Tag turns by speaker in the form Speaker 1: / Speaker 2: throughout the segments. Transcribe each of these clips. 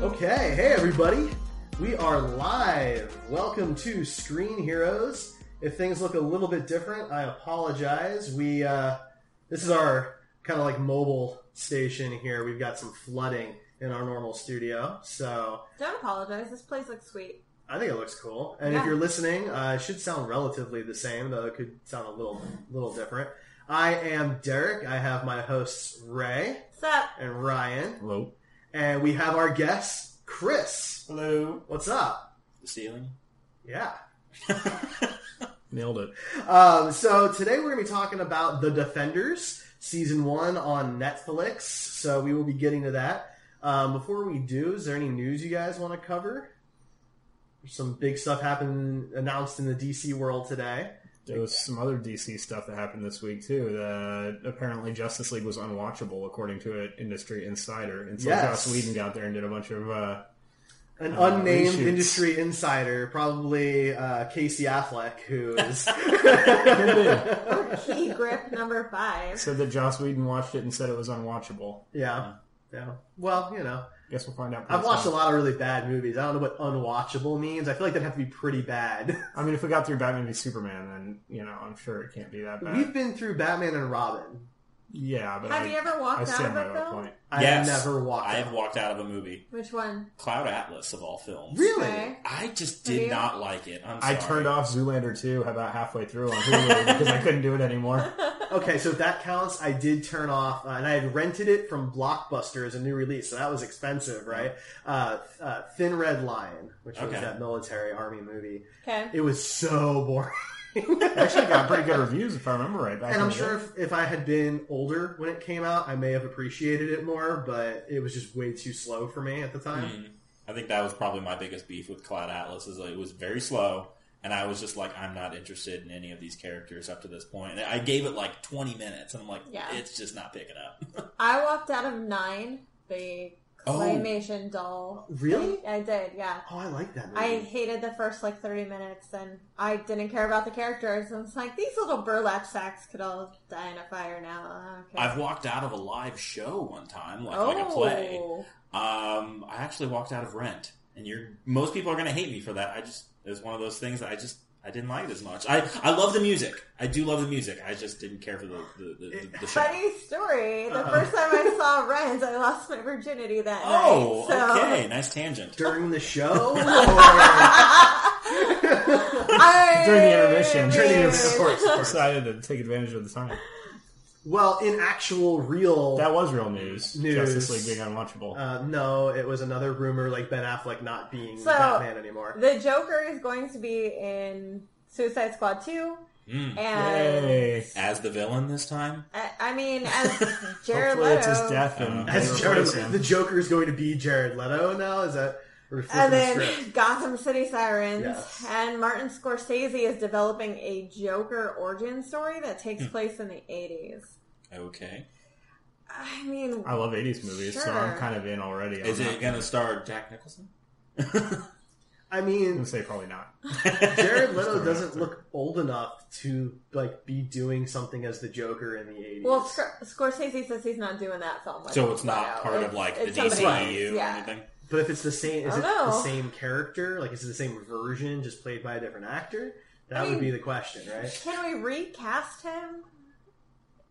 Speaker 1: Okay, hey everybody. We are live. Welcome to Screen Heroes. If things look a little bit different, I apologize. We uh, this is our kind of like mobile station here. We've got some flooding in our normal studio, so
Speaker 2: Don't apologize. This place looks sweet.
Speaker 1: I think it looks cool. And if
Speaker 2: Yeah.
Speaker 1: you're listening, uh, it should sound relatively the same, though it could sound a little little different. I am Derek. I have my hosts Ray
Speaker 2: What's up?
Speaker 1: and Ryan,
Speaker 3: Hello.
Speaker 1: and we have our guest Chris.
Speaker 3: Hello.
Speaker 1: What's up?
Speaker 3: Ceiling.
Speaker 1: Yeah.
Speaker 3: Nailed it.
Speaker 1: Um, so today we're going to be talking about The Defenders season one on Netflix. So we will be getting to that. Um, before we do, is there any news you guys want to cover? Some big stuff happened announced in the DC world today.
Speaker 3: There was some other DC stuff that happened this week too. That apparently Justice League was unwatchable, according to an industry insider. And so
Speaker 1: Yes.
Speaker 3: Joss Whedon got there and did a bunch of uh,
Speaker 1: An
Speaker 3: Uh,
Speaker 1: unnamed
Speaker 3: reshoots.
Speaker 1: industry insider, probably uh, Casey Affleck, who is
Speaker 2: Key grip number five.
Speaker 3: said that Joss Whedon watched it and said it was unwatchable.
Speaker 4: Uh,
Speaker 1: yeah, yeah. Well, you know,
Speaker 3: Guess we'll find out.
Speaker 1: I've watched a lot of really bad movies. I don't know what unwatchable means. I feel like they'd have to be pretty bad.
Speaker 3: I mean, if we got through Batman v Superman, then you know I'm sure it can't be that
Speaker 4: Uh,
Speaker 3: bad.
Speaker 1: We've been through Batman and Robin.
Speaker 3: yeah, but
Speaker 2: Have
Speaker 3: I,
Speaker 2: you ever walked
Speaker 3: I
Speaker 2: out
Speaker 3: stand
Speaker 2: of
Speaker 3: by
Speaker 2: a
Speaker 3: my
Speaker 2: film?
Speaker 3: point.
Speaker 1: I
Speaker 4: yes,
Speaker 1: never walked.
Speaker 4: I have
Speaker 1: out.
Speaker 4: walked out of a movie,
Speaker 2: Which one?
Speaker 4: Cloud Atlas of all films.
Speaker 1: Really?
Speaker 2: Okay.
Speaker 4: I just
Speaker 2: Have you?
Speaker 4: did not like it. I'm
Speaker 3: I
Speaker 4: sorry.
Speaker 3: turned off Zoolander 2 about halfway through on Hulu because I couldn't do it anymore.
Speaker 1: Okay, so if that counts, I did turn off, uh, and I had rented it from Blockbuster as a new release, so that was expensive, right? Uh, uh, Thin Red Line, which was
Speaker 4: Okay.
Speaker 1: that military army movie.
Speaker 2: Okay.
Speaker 1: It was so boring.
Speaker 3: Actually, it got pretty good reviews if I remember right. Back
Speaker 1: And
Speaker 3: in
Speaker 1: I'm
Speaker 3: the
Speaker 1: sure
Speaker 3: day.
Speaker 1: if, if I had been older when it came out, I may have appreciated it more, but it was just way too slow for me at the time.
Speaker 4: Mm. I think that was probably my biggest beef with Cloud Atlas is that it was very slow, and I was just like, I'm not interested in any of these characters up to this point. And I gave it like 20 minutes, and I'm like,
Speaker 2: Yeah.
Speaker 4: it's just not picking up.
Speaker 2: I walked out of nine, the
Speaker 4: Oh.
Speaker 2: claymation doll.
Speaker 1: Really?
Speaker 2: I did, yeah.
Speaker 1: Oh, I like that movie.
Speaker 2: I hated the first like 30 minutes and I didn't care about the characters. And it's like, these little burlap sacks could all die in a fire now. Okay.
Speaker 4: I've walked out of a live show one time, like, like a play.
Speaker 2: Oh.
Speaker 4: Um, I actually walked out of Rent, and you're most people are going to hate me for that. I just it was one of those things that I just I didn't like it as much. I I love the music. I do love the music. I just didn't care for the the, the, the, the show.
Speaker 2: Funny story. The first time I saw Rent, I lost my virginity that
Speaker 4: Oh,
Speaker 2: night. So
Speaker 4: okay, nice tangent.
Speaker 1: During the show? Or-
Speaker 2: I-
Speaker 3: during the intermission,
Speaker 1: During the
Speaker 3: she
Speaker 1: intermission, of course, of course.
Speaker 3: decided to take advantage of the time.
Speaker 1: well, in actual real
Speaker 3: That was real news.
Speaker 1: News.
Speaker 3: Justice League being unwatchable.
Speaker 1: Uh, no, it was another rumor like Ben Affleck not being
Speaker 2: So-
Speaker 1: Batman anymore.
Speaker 2: The Joker is going to be in Suicide Squad 2.
Speaker 4: Mm.
Speaker 2: And
Speaker 3: Yay!
Speaker 4: As the villain this time,
Speaker 2: I, I mean, as Jared
Speaker 3: Hopefully,
Speaker 2: Leto.
Speaker 3: it's his death and they
Speaker 1: As Jared,
Speaker 3: replace him.
Speaker 1: the Joker is going to be Jared Leto now. Is that we're flipping
Speaker 2: And
Speaker 1: the
Speaker 2: then
Speaker 1: script?
Speaker 2: Gotham City Sirens.
Speaker 1: Yes.
Speaker 2: And Martin Scorsese is developing a Joker origin story that takes
Speaker 4: Hmm.
Speaker 2: place in the 80s.
Speaker 4: okay.
Speaker 2: I mean,
Speaker 3: I love '80s movies, so
Speaker 2: Sure.
Speaker 3: I'm kind of in already.
Speaker 4: Is
Speaker 3: I'm
Speaker 4: it
Speaker 3: not
Speaker 4: going to star Jack Nicholson?
Speaker 1: I
Speaker 3: gonna
Speaker 1: mean,
Speaker 3: say probably not.
Speaker 1: Jared Leto
Speaker 3: throwing
Speaker 1: doesn't
Speaker 3: out there.
Speaker 1: look old enough to like be doing something as the Joker in the eighties.
Speaker 2: well, Sc- Scorsese says he's not doing that film. Like,
Speaker 4: So it's
Speaker 2: Leto.
Speaker 4: not part of
Speaker 2: It's-
Speaker 4: like the
Speaker 2: it's somebody
Speaker 4: DCEU
Speaker 2: else.
Speaker 4: or
Speaker 2: Yeah.
Speaker 4: anything.
Speaker 1: but if it's the same, is
Speaker 2: I
Speaker 1: it
Speaker 2: don't know.
Speaker 1: the same character? Like, is it the same version just played by a different actor? That would
Speaker 2: mean-
Speaker 1: be the question, right?
Speaker 2: Can we recast him?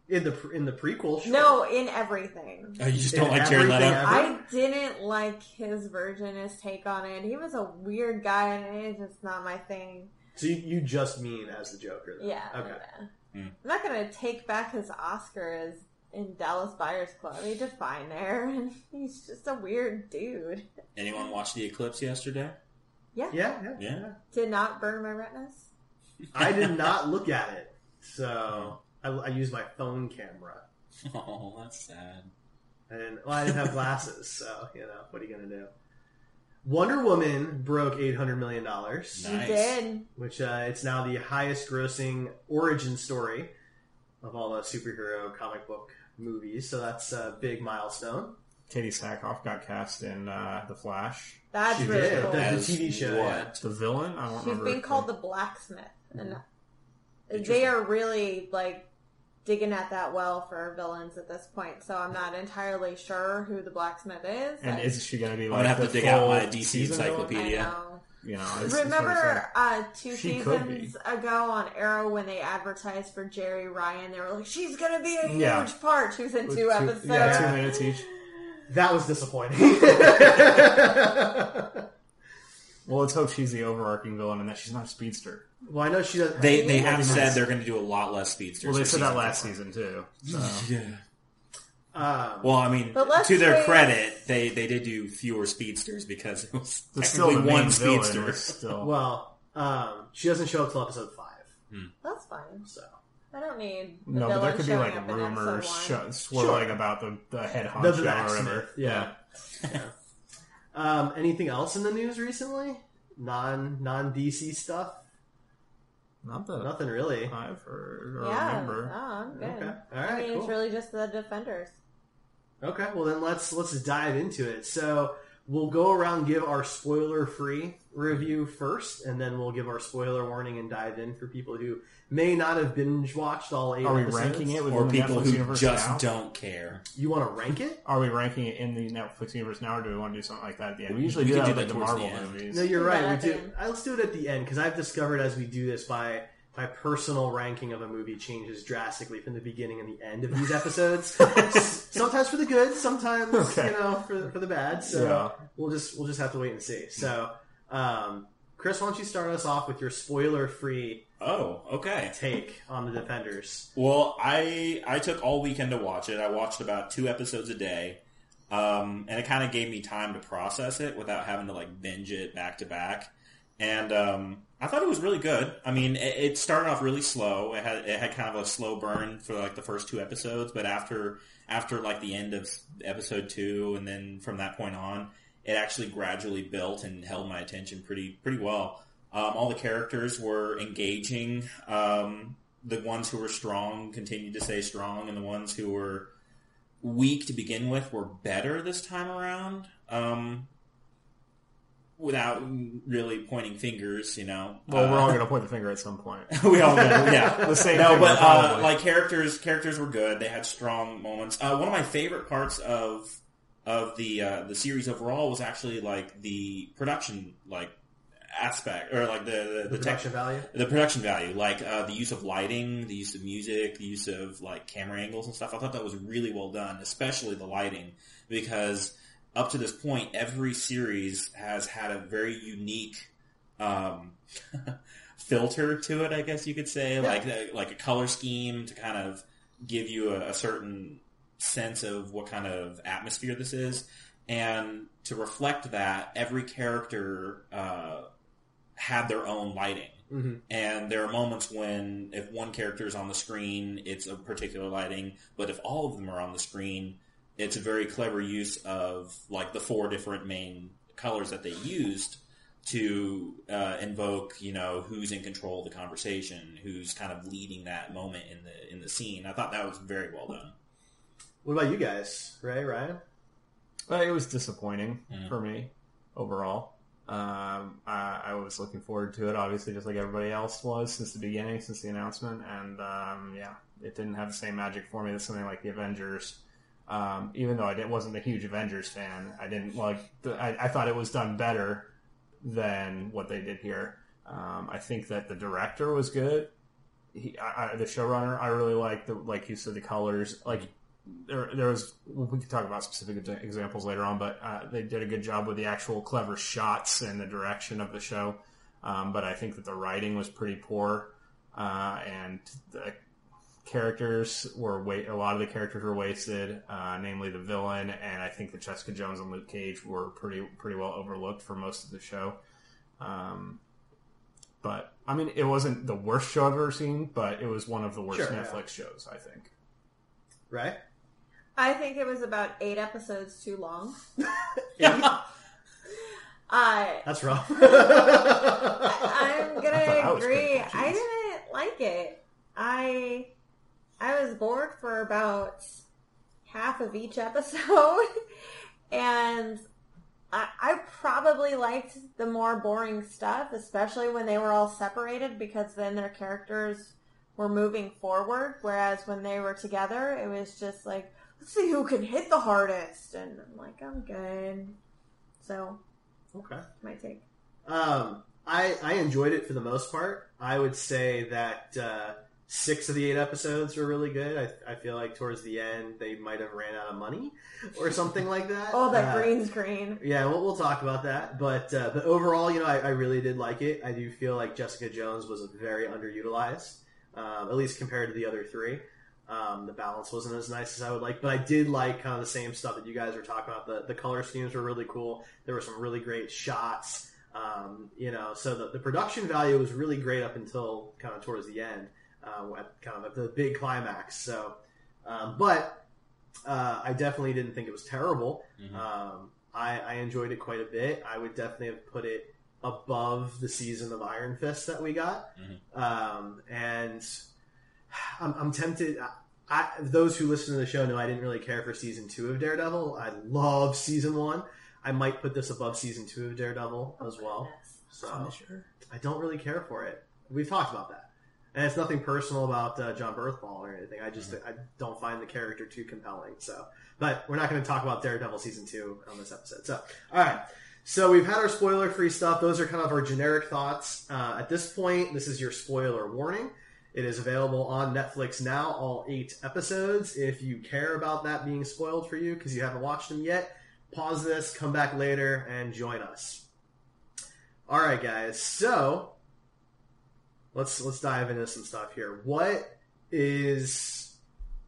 Speaker 1: In the pre- in the prequel, sure.
Speaker 2: No, in everything.
Speaker 4: Oh, you just
Speaker 1: In
Speaker 4: don't like Jared
Speaker 1: everything
Speaker 4: Leto?
Speaker 1: ever.
Speaker 2: I didn't like his version, his take on it. He was a weird guy, and it's just not my thing.
Speaker 1: So you, you just mean as the Joker? Then.
Speaker 2: Yeah.
Speaker 1: Okay. Hmm.
Speaker 2: yeah. I'm not gonna take back his Oscar as in Dallas Buyers Club. He did fine there. He's just a weird dude.
Speaker 4: Anyone watch the eclipse yesterday?
Speaker 1: Yeah. Yeah.
Speaker 4: Yeah.
Speaker 2: Did not burn my retinas.
Speaker 1: I did not look at it, so I, I used my phone camera.
Speaker 4: Oh, that's sad.
Speaker 1: I didn't, well, I didn't have glasses, so you know what are you gonna do? Wonder Woman broke eight hundred million dollars,
Speaker 4: Nice.
Speaker 2: You did.
Speaker 1: which uh, it's now the highest-grossing origin story of all the superhero comic book movies. So that's a big milestone.
Speaker 3: Katie Sackhoff got cast in uh, The Flash.
Speaker 2: That's
Speaker 1: She
Speaker 2: really
Speaker 1: did.
Speaker 2: cool.
Speaker 1: That's- The
Speaker 4: As
Speaker 1: TV show,
Speaker 4: What?
Speaker 3: The villain? I don't
Speaker 2: She's
Speaker 3: remember.
Speaker 2: being called the blacksmith,
Speaker 1: Mm-hmm.
Speaker 2: and they are really like digging at that well for villains at this point. So I'm not entirely sure who the blacksmith is.
Speaker 3: And
Speaker 2: I-
Speaker 3: is she going to be
Speaker 4: gonna
Speaker 3: like.
Speaker 4: have to
Speaker 3: the
Speaker 4: dig out
Speaker 3: full
Speaker 4: my DC
Speaker 3: season villain?
Speaker 4: encyclopedia.
Speaker 2: I
Speaker 4: Wikipedia.
Speaker 2: know.
Speaker 3: You know, it's- it's hard
Speaker 2: Remember
Speaker 3: to
Speaker 2: uh, two
Speaker 3: She could be.
Speaker 2: seasons ago on Arrow when they advertised for Jerry Ryan? They were like, "She's gonna be a huge
Speaker 3: Yeah.
Speaker 2: part." She was in
Speaker 3: say.
Speaker 2: two,
Speaker 3: With
Speaker 2: episodes.
Speaker 3: Yeah, two minutes each.
Speaker 1: That was disappointing.
Speaker 3: Well, let's hope she's the overarching villain and that she's not a speedster.
Speaker 1: Well, I know she doesn't.
Speaker 4: They they have
Speaker 3: nice.
Speaker 4: said they're going to do a lot less speedsters.
Speaker 3: Well, they
Speaker 4: this
Speaker 3: said that
Speaker 4: season.
Speaker 3: last season, too. So.
Speaker 4: Yeah.
Speaker 1: um,
Speaker 4: Well, I mean,
Speaker 2: But let's
Speaker 4: to their
Speaker 2: face-
Speaker 4: credit, they they did do fewer speedsters because it was
Speaker 3: It's
Speaker 4: technically
Speaker 3: still the
Speaker 4: one
Speaker 3: one
Speaker 4: speedster.
Speaker 3: speedster. Still.
Speaker 1: well, um, she doesn't show up till episode five.
Speaker 2: That's fine.
Speaker 1: So
Speaker 2: I don't need the
Speaker 3: no,
Speaker 2: villain
Speaker 3: but there could be
Speaker 2: showing
Speaker 3: like
Speaker 2: up in episode
Speaker 3: rumors
Speaker 2: one.
Speaker 3: sho- swirling
Speaker 1: Sure.
Speaker 3: about the, the head
Speaker 1: The
Speaker 3: honcho or
Speaker 1: blacksmith,
Speaker 3: whatever.
Speaker 1: yeah. Um, anything else in the news recently? Non non DC stuff?
Speaker 3: Not that
Speaker 1: Nothing really.
Speaker 3: I've heard or
Speaker 2: Yeah,
Speaker 3: remember.
Speaker 2: no, I'm good.
Speaker 1: Okay. All
Speaker 2: I
Speaker 1: right,
Speaker 2: mean,
Speaker 1: cool.
Speaker 2: it's really just the defenders.
Speaker 1: Okay, well then let's let's dive into it. So we'll go around and give our spoiler free review first, and then we'll give our spoiler warning and dive in for people who may not have binge watched all eight.
Speaker 3: Are we
Speaker 1: episodes.
Speaker 3: ranking it with
Speaker 4: or
Speaker 3: the
Speaker 4: people
Speaker 3: Netflix
Speaker 4: who
Speaker 3: universe
Speaker 4: just
Speaker 3: now?
Speaker 4: don't care.
Speaker 1: You want to rank it?
Speaker 3: Are we ranking it in the Netflix universe now, or do we want to do something like that at the end? We usually
Speaker 4: We
Speaker 3: do
Speaker 4: can
Speaker 3: that
Speaker 4: do
Speaker 3: with
Speaker 4: that
Speaker 3: like, the
Speaker 4: towards the
Speaker 3: Marvel
Speaker 4: end.
Speaker 3: movies.
Speaker 1: No, you're
Speaker 2: Do that
Speaker 1: right.
Speaker 2: at
Speaker 1: We
Speaker 2: the
Speaker 1: do.
Speaker 2: end.
Speaker 1: I, let's do it at the end because I've discovered as we do this, my my personal ranking of a movie changes drastically from the beginning and the end of these episodes. S- sometimes for the good, sometimes
Speaker 3: Okay.
Speaker 1: you know for, for the bad. So
Speaker 3: Yeah.
Speaker 1: we'll just we'll just have to wait and see. So, um, Chris, why don't you start us off with your spoiler free
Speaker 4: Oh, okay.
Speaker 1: take on the Defenders?
Speaker 4: Well, I I took all weekend to watch it. I watched about two episodes a day, um, and it kind of gave me time to process it without having to like binge it back to back. And um, I thought it was really good. I mean, it, it started off really slow. It had it had kind of a slow burn for like the first two episodes, but after after like the end of episode two, and then from that point on, it actually gradually built and held my attention pretty pretty well. Um, all the characters were engaging. Um, the ones who were strong continued to stay strong, and the ones who were weak to begin with were better this time around. Um, without really pointing fingers, you know.
Speaker 3: Well, we're all
Speaker 4: Uh,
Speaker 3: going to point the finger at some point.
Speaker 4: we all know, yeah.
Speaker 3: The same
Speaker 4: No,
Speaker 3: finger,
Speaker 4: but uh,
Speaker 3: probably.
Speaker 4: like characters, characters were good. They had strong moments. Uh, one of my favorite parts of of the uh, the series overall was actually like the production like aspect or like the
Speaker 1: The
Speaker 4: the, the tech-
Speaker 1: production value.
Speaker 4: the production value, like uh, the use of lighting, the use of music, the use of like camera angles and stuff. I thought that was really well done, especially the lighting, because up to this point, every series has had a very unique um, filter to it. I guess you could say, like a, like a color scheme to kind of give you a, a certain sense of what kind of atmosphere this is. And to reflect that, every character uh, had their own lighting.
Speaker 1: Mm-hmm.
Speaker 4: And there are moments when if one character is on the screen, it's a particular lighting, but if all of them are on the screen, it's a very clever use of like the four different main colors that they used to uh, invoke, you know, who's in control of the conversation, who's kind of leading that moment in the in the scene. I thought that was very well done.
Speaker 1: What about you guys, Ray, Ryan?
Speaker 3: Uh, it was disappointing
Speaker 4: Mm.
Speaker 3: for me overall. Um, I, I was looking forward to it, obviously, just like everybody else was since the beginning, since the announcement, and um, yeah, it didn't have the same magic for me as something like the Avengers. Um, even though I didn't, wasn't a huge Avengers fan, I didn't like. The, I, I thought it was done better than what they did here. Um, I think that the director was good. He, I, I, the showrunner, I really liked the like you said the colors. Like there, there was we could talk about specific ex- examples later on, but uh, they did a good job with the actual clever shots and the direction of the show. Um, but I think that the writing was pretty poor, uh, and the characters were wa- a lot of the characters were wasted, uh, namely the villain, and I think that Jessica Jones and Luke Cage were pretty pretty well overlooked for most of the show. Um, But I mean, it wasn't the worst show I've ever seen, but it was one of the worst
Speaker 1: Sure, yeah.
Speaker 3: Netflix shows, I think.
Speaker 1: right?
Speaker 2: I think it was about eight episodes too long.
Speaker 4: Yeah.
Speaker 2: Uh,
Speaker 1: That's rough.
Speaker 2: I'm
Speaker 3: thought I
Speaker 2: gonna
Speaker 3: was pretty
Speaker 2: agree.
Speaker 3: good,
Speaker 2: I
Speaker 3: jeez.
Speaker 2: didn't like it. I I was bored for about half of each episode, and I, I probably liked the more boring stuff, especially when they were all separated, because then their characters were moving forward. Whereas when they were together, it was just like, let's see who can hit the hardest, and I'm like, I'm good. So
Speaker 1: okay.
Speaker 2: my take.
Speaker 1: Um, I I enjoyed it for the most part. I would say that uh, six of the eight episodes were really good. I, I feel like towards the end they might have ran out of money or something like that.
Speaker 2: Oh, that
Speaker 1: Uh,
Speaker 2: green screen.
Speaker 1: Yeah, we'll, we'll talk about that. But uh, but overall, you know, I, I really did like it. I do feel like Jessica Jones was very underutilized, um, at least compared to the other three. Um, the balance wasn't as nice as I would like, but I did like kind of the same stuff that you guys were talking about. The, the color schemes were really cool. There were some really great shots. Um, you know, so the, the production value was really great up until kind of towards the end, uh, at kind of at the big climax. So, um, but uh, I definitely didn't think it was terrible. Um, I, I enjoyed it quite a bit. I would definitely have put it above the season of Iron Fist that we got. Um, and I'm, I'm tempted. I, I, those who listen to the show know I didn't really care for season two of Daredevil. I love season one. I might put this above season two of Daredevil as well. So I don't really care for it. We've talked about that. And it's nothing personal about uh, John Berthball or anything. I just I don't find the character too compelling. So, but we're not going to talk about Daredevil season two on this episode. So, all right. So we've had our spoiler free stuff. Those are kind of our generic thoughts. Uh, at this point, this is your spoiler warning. It is available on Netflix now, all eight episodes. If you care about that being spoiled for you because you haven't watched them yet, pause this, come back later, and join us. All right, guys. So let's let's dive into some stuff here. What is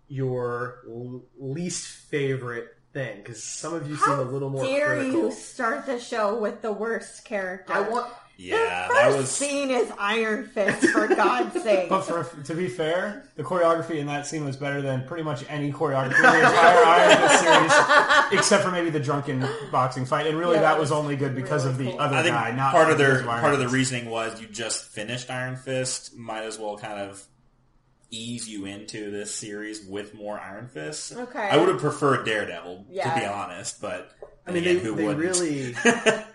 Speaker 1: your l- least favorite thing? Because some of you seem a little more
Speaker 2: dare
Speaker 1: critical.
Speaker 2: you start the show with the worst character?
Speaker 1: I want.
Speaker 4: yeah,
Speaker 2: the
Speaker 4: that
Speaker 2: first
Speaker 4: was
Speaker 2: scene is Iron Fist for God's sake.
Speaker 3: But for, to be fair, the choreography in that scene was better than pretty much any choreography in the entire Iron Fist series, except for maybe the drunken boxing fight. And really,
Speaker 2: Yeah,
Speaker 3: that
Speaker 2: that
Speaker 3: was
Speaker 2: was
Speaker 3: only good because of the
Speaker 2: really cool.
Speaker 3: other
Speaker 4: I think
Speaker 3: guy, not
Speaker 4: part of
Speaker 3: because
Speaker 4: their
Speaker 3: Iron
Speaker 4: part of the
Speaker 3: Fist.
Speaker 4: reasoning was you just finished Iron Fist, might as well kind of ease you into this series with more Iron Fist.
Speaker 2: Okay.
Speaker 4: I would have preferred Daredevil
Speaker 2: Yeah.
Speaker 4: to be honest, but
Speaker 1: I mean,
Speaker 4: again,
Speaker 1: they,
Speaker 4: who
Speaker 1: they
Speaker 4: wouldn't?
Speaker 1: really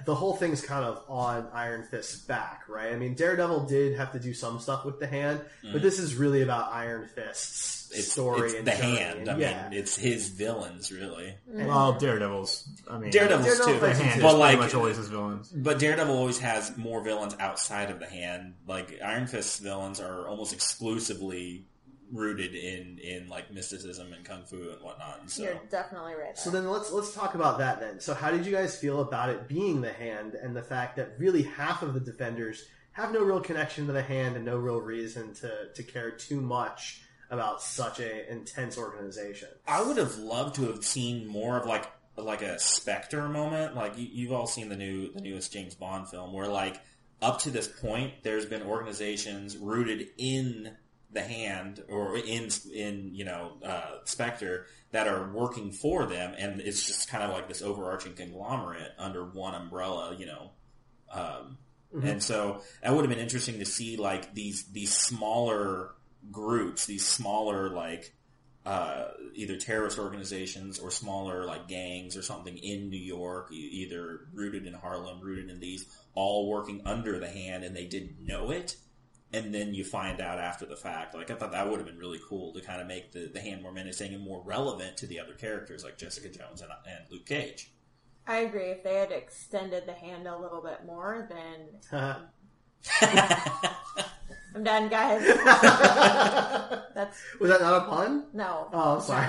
Speaker 1: the whole thing's kind of on Iron Fist's back, right? I mean, Daredevil did have to do some stuff with the hand, but this is really about Iron Fist's
Speaker 4: Mm. it's,
Speaker 1: story
Speaker 4: it's
Speaker 1: and
Speaker 4: the
Speaker 1: journey,
Speaker 4: hand.
Speaker 1: and-
Speaker 4: I
Speaker 1: yeah.
Speaker 4: mean, it's his villains really.
Speaker 3: Well, Mm. Daredevil's. I mean,
Speaker 4: Daredevil's
Speaker 1: Daredevil
Speaker 4: too,
Speaker 3: the hand
Speaker 4: but
Speaker 3: is
Speaker 4: like
Speaker 3: pretty much always his villains.
Speaker 4: But Daredevil always has more villains outside of the hand. Like Iron Fist's villains are almost exclusively rooted in in like mysticism and kung fu and whatnot. And so
Speaker 2: You're definitely right.
Speaker 1: so
Speaker 2: there.
Speaker 1: then let's let's talk about that then. So how did you guys feel about it being the hand and the fact that really half of the defenders have no real connection to the hand and no real reason to to care too much about such a intense organization?
Speaker 4: I would have loved to have seen more of like like a Spectre moment. Like you, you've all seen the new the newest James Bond film, where like up to this point, there's been organizations rooted in the hand or in in you know uh, Spectre that are working for them, and it's just kind of like this overarching conglomerate under one umbrella. You know, um, and so that would have been interesting to see like these these smaller groups, these smaller like uh, either terrorist organizations or smaller like gangs or something in New York, e- either rooted in Harlem, rooted in these, all working under the hand, and they didn't know it. And then you find out after the fact. Like I thought that would have been really cool to kind of make the, the hand more menacing and more relevant to the other characters like Jessica Jones and, and Luke Cage.
Speaker 2: I agree. If they had extended the hand a little bit more, then I'm done, guys. That's
Speaker 1: Was that not a pun?
Speaker 2: no.
Speaker 1: Oh, I'm sorry.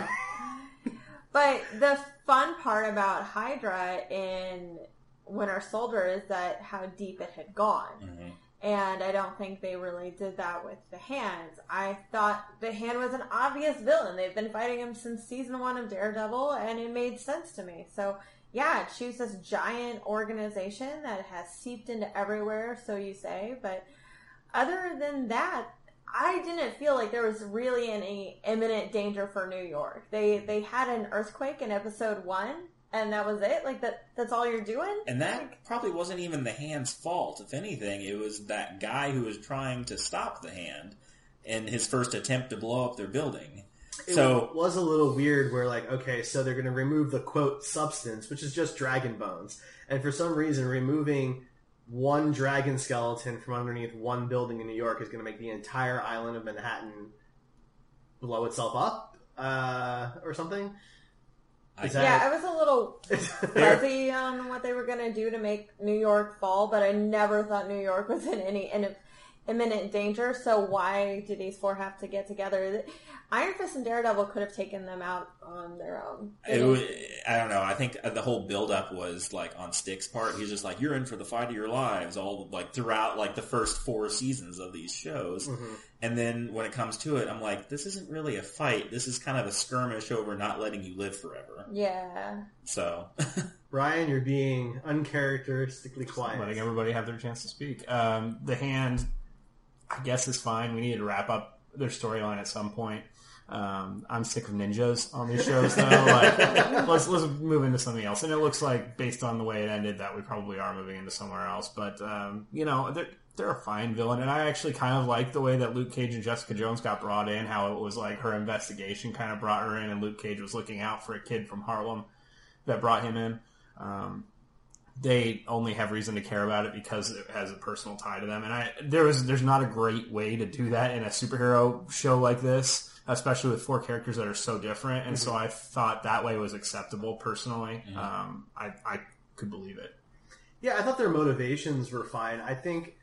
Speaker 2: But the fun part about Hydra in Winter Soldier is that how deep it had gone. And I don't think they really did that with the hands. I thought the hand was an obvious villain. They've been fighting him since season one of Daredevil, and it made sense to me. So, yeah, choose this giant organization that has seeped into everywhere, so you say, but other than that, I didn't feel like there was really any imminent danger for New York. They they had an earthquake in episode one, and that was it. Like that that's all you're doing.
Speaker 4: And that probably wasn't even the hand's fault. If anything, it was that guy who was trying to stop the hand in his first attempt to blow up their building. so
Speaker 1: it was a little weird where like okay so they're going to remove the quote substance which is just dragon bones and for some reason removing one dragon skeleton from underneath one building in new york is going to make the entire island of manhattan blow itself up uh, or something
Speaker 4: I-
Speaker 1: Is
Speaker 2: yeah, I
Speaker 1: that-
Speaker 2: was a little fuzzy on what they were gonna do to make New York fall, but I never thought New York was in any in imminent danger. So why do these four have to get together? Iron Fist and Daredevil could have taken them out on their own.
Speaker 4: it was, I don't know. I think uh, the whole buildup was like on Stick's part. He's just like, "You're in for the fight of your lives." All like throughout like the first four seasons of these shows, and then when it comes to it, I'm like, "This isn't really a fight. This is kind of a skirmish over not letting you live forever."
Speaker 2: yeah,
Speaker 4: So
Speaker 1: ryan you're being uncharacteristically
Speaker 3: letting
Speaker 1: quiet
Speaker 3: everybody have their chance to speak. Um, the hand, I guess, is fine. We need to wrap up their storyline at some point. Um, I'm sick of ninjas on these shows, though. Like, let's let's move into something else. And it looks like, based on the way it ended, that we probably are moving into somewhere else. But um, you know, they're they're a fine villain, and I actually kind of like the way that Luke Cage and Jessica Jones got brought in. How it was like her investigation kind of brought her in, and Luke Cage was looking out for a kid from Harlem that brought him in. Um, they only have reason to care about it because it has a personal tie to them. And I there is there's not a great way to do that in a superhero show like this, especially with four characters that are so different. And so
Speaker 1: Mm-hmm.
Speaker 3: I thought that way was acceptable personally. Um, I I could believe it.
Speaker 1: yeah i thought their motivations were fine i think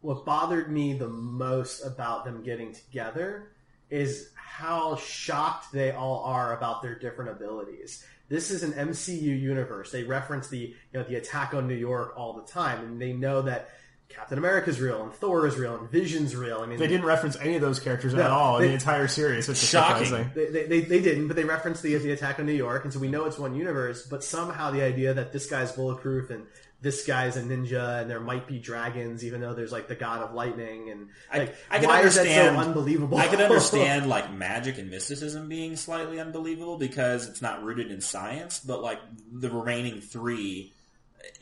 Speaker 1: what bothered me the most about them getting together is how shocked they all are about their different abilities. This is an MCU universe. They reference the you know the attack on New York all the time, and they know that Captain America's real, and Thor is real, and Vision's real. I mean,
Speaker 3: They didn't reference any of those characters at
Speaker 1: No,
Speaker 3: all in
Speaker 1: they-
Speaker 3: the entire series. Which is
Speaker 4: Shocking.
Speaker 3: surprising.
Speaker 1: They, they, they, they didn't, but they referenced the, the attack on New York, and so we know it's one universe, but somehow the idea that this guy's bulletproof and this guy's a ninja and there might be dragons, even though there's like the god of lightning, and
Speaker 4: I-
Speaker 1: like,
Speaker 4: I can
Speaker 1: why
Speaker 4: understand-
Speaker 1: is that so unbelievable?
Speaker 4: I could understand like magic and mysticism being slightly unbelievable because it's not rooted in science, but like the remaining three,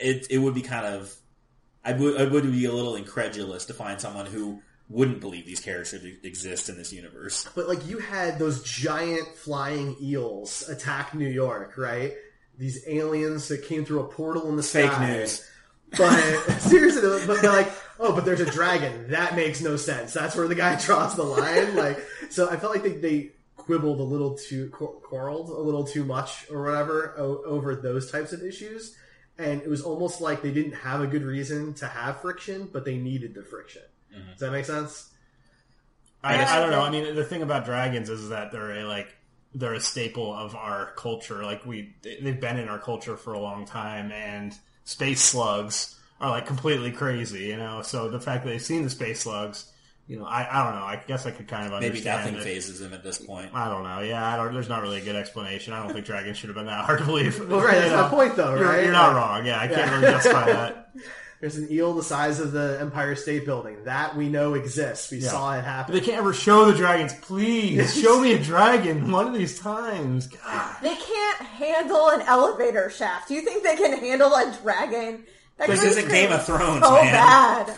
Speaker 4: it it would be kind of I would I would be a little incredulous to find someone who wouldn't believe these characters e-, exist in this universe.
Speaker 1: But like you had those giant flying eels attack New York, right? These aliens that came through a portal in the
Speaker 4: Fake
Speaker 1: sky.
Speaker 4: news.
Speaker 1: But seriously, though, but they're like, oh, but there's a dragon. That makes no sense. That's where the guy draws the line. Like, so I felt like they, they quibbled a little too, quar- quarreled a little too much or whatever o- over those types of issues. And it was almost like they didn't have a good reason to have friction, but they needed the friction.
Speaker 4: Mm-hmm.
Speaker 1: Does that make sense?
Speaker 3: I,
Speaker 2: Yeah,
Speaker 3: I don't know.
Speaker 2: I
Speaker 3: I mean, the thing about dragons is that they're a, like they're a staple of our culture. Like we, they- they've been in our culture for a long time, and space slugs are like completely crazy, you know. So the fact that they've seen the space slugs, you know, I, I don't know. I guess I could kind of
Speaker 4: Maybe
Speaker 3: understand
Speaker 4: nothing
Speaker 3: it.
Speaker 4: phases them at this point.
Speaker 3: I don't know. Yeah, I don't. There's not really a good explanation. I don't think dragons should have been that hard to believe.
Speaker 1: Well, right, that's
Speaker 3: You know,
Speaker 1: my point, though,
Speaker 3: You're,
Speaker 1: right?
Speaker 3: you're not
Speaker 1: Like-
Speaker 3: wrong. Yeah, I can't really justify that.
Speaker 1: There's an eel the size of the Empire State Building. That we know exists. We
Speaker 3: Yeah.
Speaker 1: saw it
Speaker 3: But
Speaker 1: happen.
Speaker 3: they can't ever show the dragons. Please show me a dragon one of these times. God.
Speaker 2: they can't handle an elevator shaft. Do you think they can handle a dragon? That
Speaker 4: This
Speaker 2: guy's
Speaker 4: isn't Game of Thrones,
Speaker 2: so
Speaker 4: man.
Speaker 2: bad.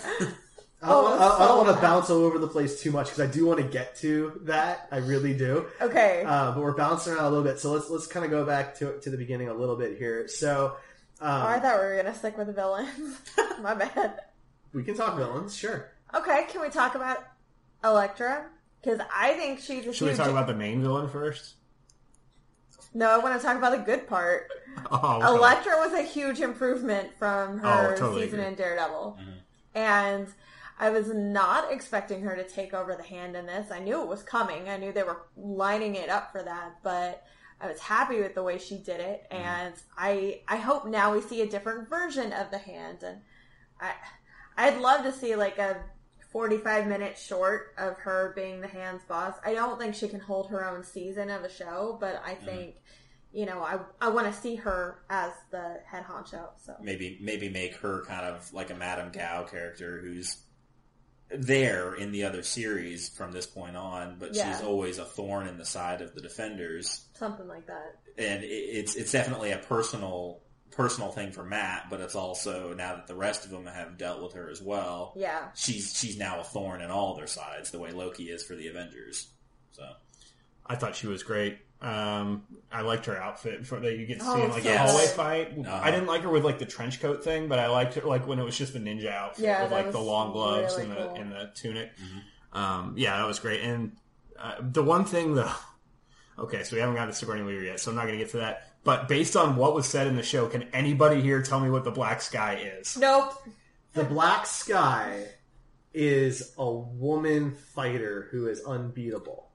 Speaker 1: I don't, wanna-
Speaker 2: Oh,
Speaker 1: I- I don't
Speaker 2: so
Speaker 1: want to
Speaker 2: bad.
Speaker 1: bounce all over the place too much because I do want to get to that. I really do.
Speaker 2: Okay.
Speaker 1: Uh, but we're bouncing around a little bit, so let's let's kind of go back to to the beginning a little bit here. So um,
Speaker 2: oh, I thought we were gonna stick with the villains. My bad.
Speaker 1: we can talk villains, sure.
Speaker 2: Okay, can we talk about Elektra? Because I think she's a
Speaker 3: Should we
Speaker 2: huge.
Speaker 3: talk about the main villain first?
Speaker 2: no, I want to talk about the good part.
Speaker 3: Oh, okay.
Speaker 2: Elektra was a huge improvement from
Speaker 3: Oh,
Speaker 2: her
Speaker 3: totally
Speaker 2: season
Speaker 3: agree.
Speaker 2: in Daredevil. And I was not expecting her to take over the hand in this. I knew it was coming. I knew they were lining it up for that, but I was happy with the way she did it and I I hope now we see a different version of the hand and I I'd love to see like a 45 minute short of her being the hands boss. I don't think she can hold her own season of a show, but I
Speaker 4: Mm-hmm.
Speaker 2: think you know, I I want to see her as the head honcho. So
Speaker 4: Maybe maybe make her kind of like a Madame Gao character who's there in the other series from this point on, but
Speaker 2: Yeah.
Speaker 4: she's always a thorn in the side of the defenders.
Speaker 2: something like that.
Speaker 4: and it, it's it's definitely a personal personal thing for Matt, but it's also now that the rest of them have dealt with her as well.
Speaker 2: Yeah.
Speaker 4: She's she's now a thorn in all their sides, the way Loki is for the Avengers. So
Speaker 3: I thought she was great. Um, I liked her outfit for that you get to see
Speaker 2: Oh,
Speaker 3: in like
Speaker 4: yes.
Speaker 3: the hallway fight.
Speaker 4: Uh-huh.
Speaker 3: I didn't like her with like the trench coat thing, but I liked her like when it was just the ninja outfit
Speaker 2: Yeah,
Speaker 3: with
Speaker 2: that
Speaker 3: like the
Speaker 2: was
Speaker 3: long gloves
Speaker 2: really
Speaker 3: and the
Speaker 2: cool.
Speaker 3: and the tunic.
Speaker 1: Mm-hmm.
Speaker 3: Um, yeah, that was great. And uh, the one thing though, okay, so we haven't gotten to Sigourney Weaver yet, so I'm not going to get to that. But based on what was said in the show, can anybody here tell me what the black sky is?
Speaker 2: Nope.
Speaker 1: The Black Sky is a woman fighter who is unbeatable,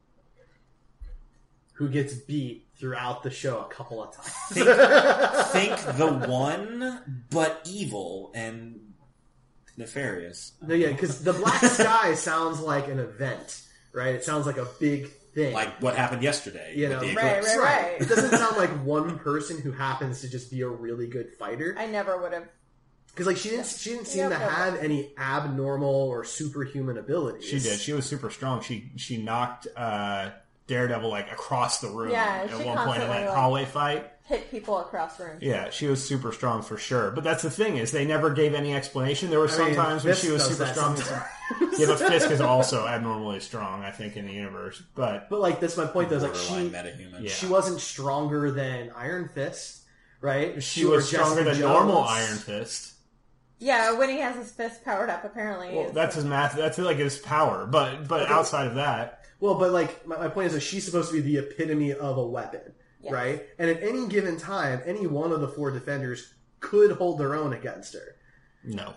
Speaker 1: who gets beat throughout the show a couple of times.
Speaker 4: think the one, but evil and nefarious.
Speaker 1: no, yeah, because the Black Sky sounds like an event, right? It sounds like a big thing.
Speaker 4: Like what happened yesterday.
Speaker 1: you know,
Speaker 4: with the
Speaker 2: right,
Speaker 4: eclipse.
Speaker 2: right, right.
Speaker 1: It doesn't sound like one person who happens to just be a really good fighter.
Speaker 2: I never would have.
Speaker 1: Because like she didn't, she didn't seem to
Speaker 2: Yeah.
Speaker 1: have any abnormal or superhuman abilities.
Speaker 3: She did. She was super strong. She she knocked uh, Daredevil like across the room
Speaker 2: Yeah,
Speaker 3: at
Speaker 2: she
Speaker 3: one point in
Speaker 2: constantly,
Speaker 3: that
Speaker 2: like-
Speaker 3: hallway fight.
Speaker 2: Hit people across rooms.
Speaker 3: Yeah, she was super strong for sure. But that's the thing is they never gave any explanation. There were
Speaker 1: I mean,
Speaker 3: some times when
Speaker 1: Fisk
Speaker 3: she was
Speaker 1: does
Speaker 3: super
Speaker 1: that
Speaker 3: strong.
Speaker 1: sometimes.
Speaker 3: yeah, but Fisk is also abnormally strong, I think, in the universe. But
Speaker 1: But like that's my point though. is, Like she,
Speaker 4: Borderline metahuman.
Speaker 3: Yeah.
Speaker 1: she wasn't stronger than Iron Fist, right?
Speaker 3: she was
Speaker 1: or Jessica
Speaker 3: stronger than
Speaker 1: Jones.
Speaker 3: normal Iron Fist.
Speaker 2: Yeah, when he has his fist powered up, apparently.
Speaker 3: Well,
Speaker 2: is-
Speaker 3: that's his math. That's like his power. But but outside of that,
Speaker 1: Well, but like my, my point is that she's supposed to be the epitome of a weapon,
Speaker 2: Yes.
Speaker 1: right? And at any given time, any one of the four defenders could hold their own against her.
Speaker 3: no.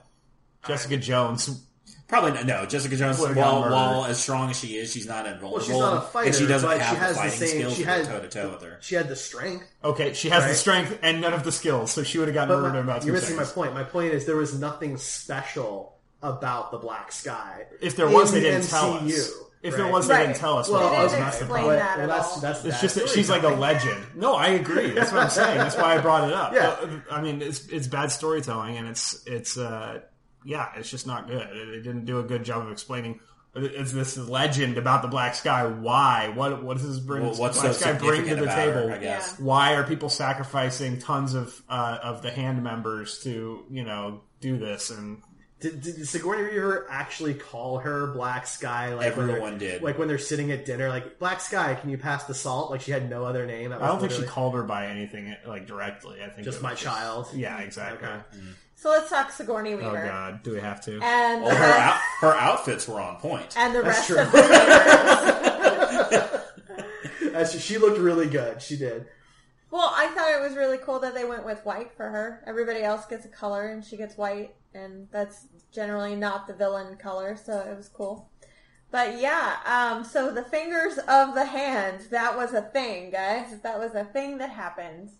Speaker 3: Jessica Jones.
Speaker 4: Probably not. No, Jessica Jones.
Speaker 3: Would've
Speaker 4: While,
Speaker 3: gotten
Speaker 4: while as strong as she is, she's not invulnerable.
Speaker 1: Well, she's not a fighter,
Speaker 4: and she doesn't
Speaker 1: but
Speaker 4: have
Speaker 1: she has
Speaker 4: the
Speaker 1: the
Speaker 4: fighting
Speaker 1: same.
Speaker 4: skills
Speaker 1: she
Speaker 4: to go
Speaker 1: had
Speaker 4: toe to toe with her.
Speaker 1: She had the strength.
Speaker 3: Okay, she has the
Speaker 1: Right.
Speaker 3: strength and none of the skills, so she would have gotten
Speaker 1: But
Speaker 3: murdered
Speaker 1: my-
Speaker 3: in about two
Speaker 1: you're missing my
Speaker 3: seconds.
Speaker 1: point. My point is there was nothing special about the Black Sky.
Speaker 3: If there was,
Speaker 1: in
Speaker 3: they
Speaker 1: the
Speaker 3: didn't tell
Speaker 1: MCU,
Speaker 3: us. If there
Speaker 1: right?
Speaker 3: was, they
Speaker 2: Right.
Speaker 3: didn't tell us.
Speaker 1: Well,
Speaker 3: what
Speaker 2: They
Speaker 3: it was,
Speaker 2: didn't
Speaker 3: and that's the
Speaker 2: explain
Speaker 3: problem.
Speaker 2: that at
Speaker 1: that's,
Speaker 2: all.
Speaker 1: That's
Speaker 3: It's
Speaker 1: bad
Speaker 3: just that she's like a
Speaker 1: storytelling.
Speaker 3: legend. No, I agree. That's what I'm saying. That's why I brought it up.
Speaker 1: Yeah.
Speaker 3: Uh, I mean, it's it's bad storytelling, and it's it's uh, yeah, it's just not good. They didn't do a good job of explaining. It's this legend about the black sky. Why? What? What does this bring?
Speaker 4: Well, what's
Speaker 3: black
Speaker 4: so
Speaker 3: sky bring to
Speaker 4: significant
Speaker 3: the
Speaker 4: about her,
Speaker 3: table?
Speaker 4: I guess.
Speaker 2: Yeah.
Speaker 3: Why are people sacrificing tons of uh, of the hand members to you know do this? And
Speaker 1: Did, did Sigourney Weaver actually call her Black Sky? Like when they're-
Speaker 4: Everyone did.
Speaker 1: Like when they're sitting at dinner, like Black Sky, can you pass the salt? Like she had no other name. That
Speaker 3: I don't
Speaker 1: was
Speaker 3: think she
Speaker 1: literally
Speaker 3: called her by anything like directly. I think
Speaker 1: just
Speaker 3: it
Speaker 1: my
Speaker 3: was
Speaker 1: child.
Speaker 3: Yeah, exactly.
Speaker 1: Okay.
Speaker 2: So let's talk Sigourney
Speaker 3: Oh
Speaker 2: Weaver.
Speaker 3: God, do we have to?
Speaker 2: And the
Speaker 4: Well, her
Speaker 2: rest,
Speaker 4: out, her outfits were on point.
Speaker 2: and the
Speaker 1: That's
Speaker 2: rest
Speaker 1: true.
Speaker 2: of the Weavers.
Speaker 1: That's- she looked really good. She did.
Speaker 2: Well, I thought it was really cool that they went with white for her. Everybody else gets a color and she gets white, and that's generally not the villain color, so it was cool. But yeah, um, so the fingers of the hand, that was a thing, guys. That was a thing that happened.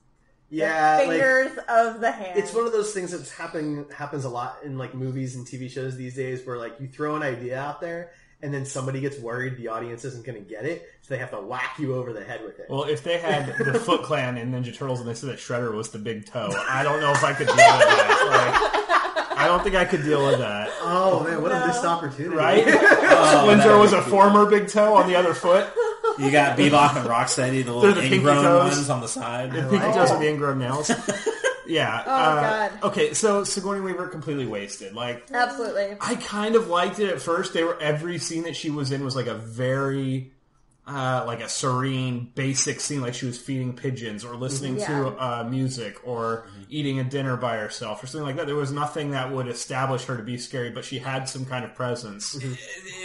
Speaker 1: Yeah,
Speaker 2: the
Speaker 1: like,
Speaker 2: fingers of the hand.
Speaker 1: it's one of those things that's happening happens a lot in like movies and TV shows these days, where like you throw an idea out there, and then somebody gets worried the audience isn't going to get it, so they have to whack you over the head with it.
Speaker 3: Well, if they had the Foot Clan in Ninja Turtles and they said that Shredder was the big toe, I don't know if I could deal with that. Like, I don't think I could deal with that.
Speaker 1: oh man, what a missed opportunity!
Speaker 3: Right?
Speaker 4: Oh,
Speaker 3: Splinter was a former big toe on the other foot.
Speaker 4: You got Bebop and Rocksteady,
Speaker 3: They're
Speaker 4: the little
Speaker 3: the pinky
Speaker 4: ingrown
Speaker 3: toes.
Speaker 4: ones on the side.
Speaker 3: Pinky toes with the ingrown nails. Yeah. Oh,
Speaker 2: God.
Speaker 3: Okay, so Sigourney Weaver completely wasted. Like,
Speaker 2: Absolutely.
Speaker 3: I kind of liked it at first. They were every scene that she was in was like a very uh, like a serene, basic scene, like she was feeding pigeons or listening to uh, music or
Speaker 4: Mm-hmm.
Speaker 3: eating a dinner by herself or something like that. There was nothing that would establish her to be scary, but she had some kind of presence.
Speaker 4: Mm-hmm.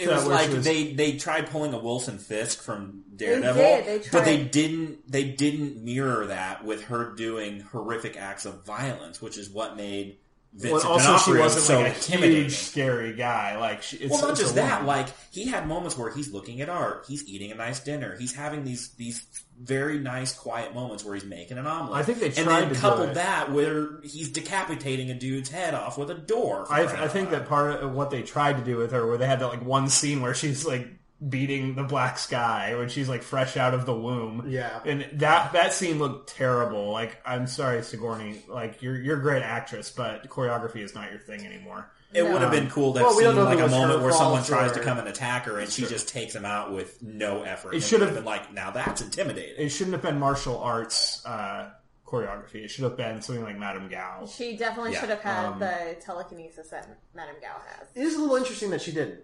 Speaker 4: It
Speaker 3: that
Speaker 4: was
Speaker 3: where she
Speaker 4: like
Speaker 3: was-
Speaker 4: they, they tried pulling a Wilson Fisk from Daredevil,
Speaker 2: did, they
Speaker 4: but they
Speaker 2: tried.
Speaker 4: didn't they didn't mirror that with her doing horrific acts of violence, which is what made
Speaker 3: Well,
Speaker 4: Vincent
Speaker 3: also, she
Speaker 4: D'Onofrio
Speaker 3: wasn't
Speaker 4: so
Speaker 3: like a
Speaker 4: intimidating.
Speaker 3: huge, scary guy. Like, she, it's,
Speaker 4: well, not
Speaker 3: it's a
Speaker 4: just that.
Speaker 3: woman.
Speaker 4: Like he had moments where he's looking at art, he's eating a nice dinner, he's having these these very nice, quiet moments where he's making an omelet.
Speaker 3: I think they
Speaker 4: and
Speaker 3: tried
Speaker 4: then
Speaker 3: to do
Speaker 4: couple
Speaker 3: it.
Speaker 4: that where he's decapitating a dude's head off with a door. for crying
Speaker 3: I, I
Speaker 4: out
Speaker 3: think
Speaker 4: loud.
Speaker 3: that part of what they tried to do with her, where they had that like one scene where she's like beating the black sky when she's like fresh out of the womb.
Speaker 1: Yeah.
Speaker 3: and that that scene looked terrible. Like, I'm sorry, Sigourney. Like, you're you're a great actress, but choreography is not your thing anymore.
Speaker 4: It
Speaker 2: No.
Speaker 4: would have been cool to have
Speaker 1: Well, we don't
Speaker 4: seen
Speaker 1: know if
Speaker 4: like
Speaker 1: it
Speaker 4: a
Speaker 1: was her
Speaker 4: moment where
Speaker 1: fault
Speaker 4: someone tries to
Speaker 1: or-
Speaker 4: come and attack her, and she just takes him out with no effort. And
Speaker 3: should
Speaker 4: we'd
Speaker 3: have-
Speaker 4: been like, now that's intimidating.
Speaker 3: It shouldn't have been martial arts uh, choreography. It should have been something like Madame Gao.
Speaker 2: She definitely
Speaker 4: Yeah,
Speaker 2: should have had the telekinesis that Madame Gao has.
Speaker 1: It is a little interesting that she didn't.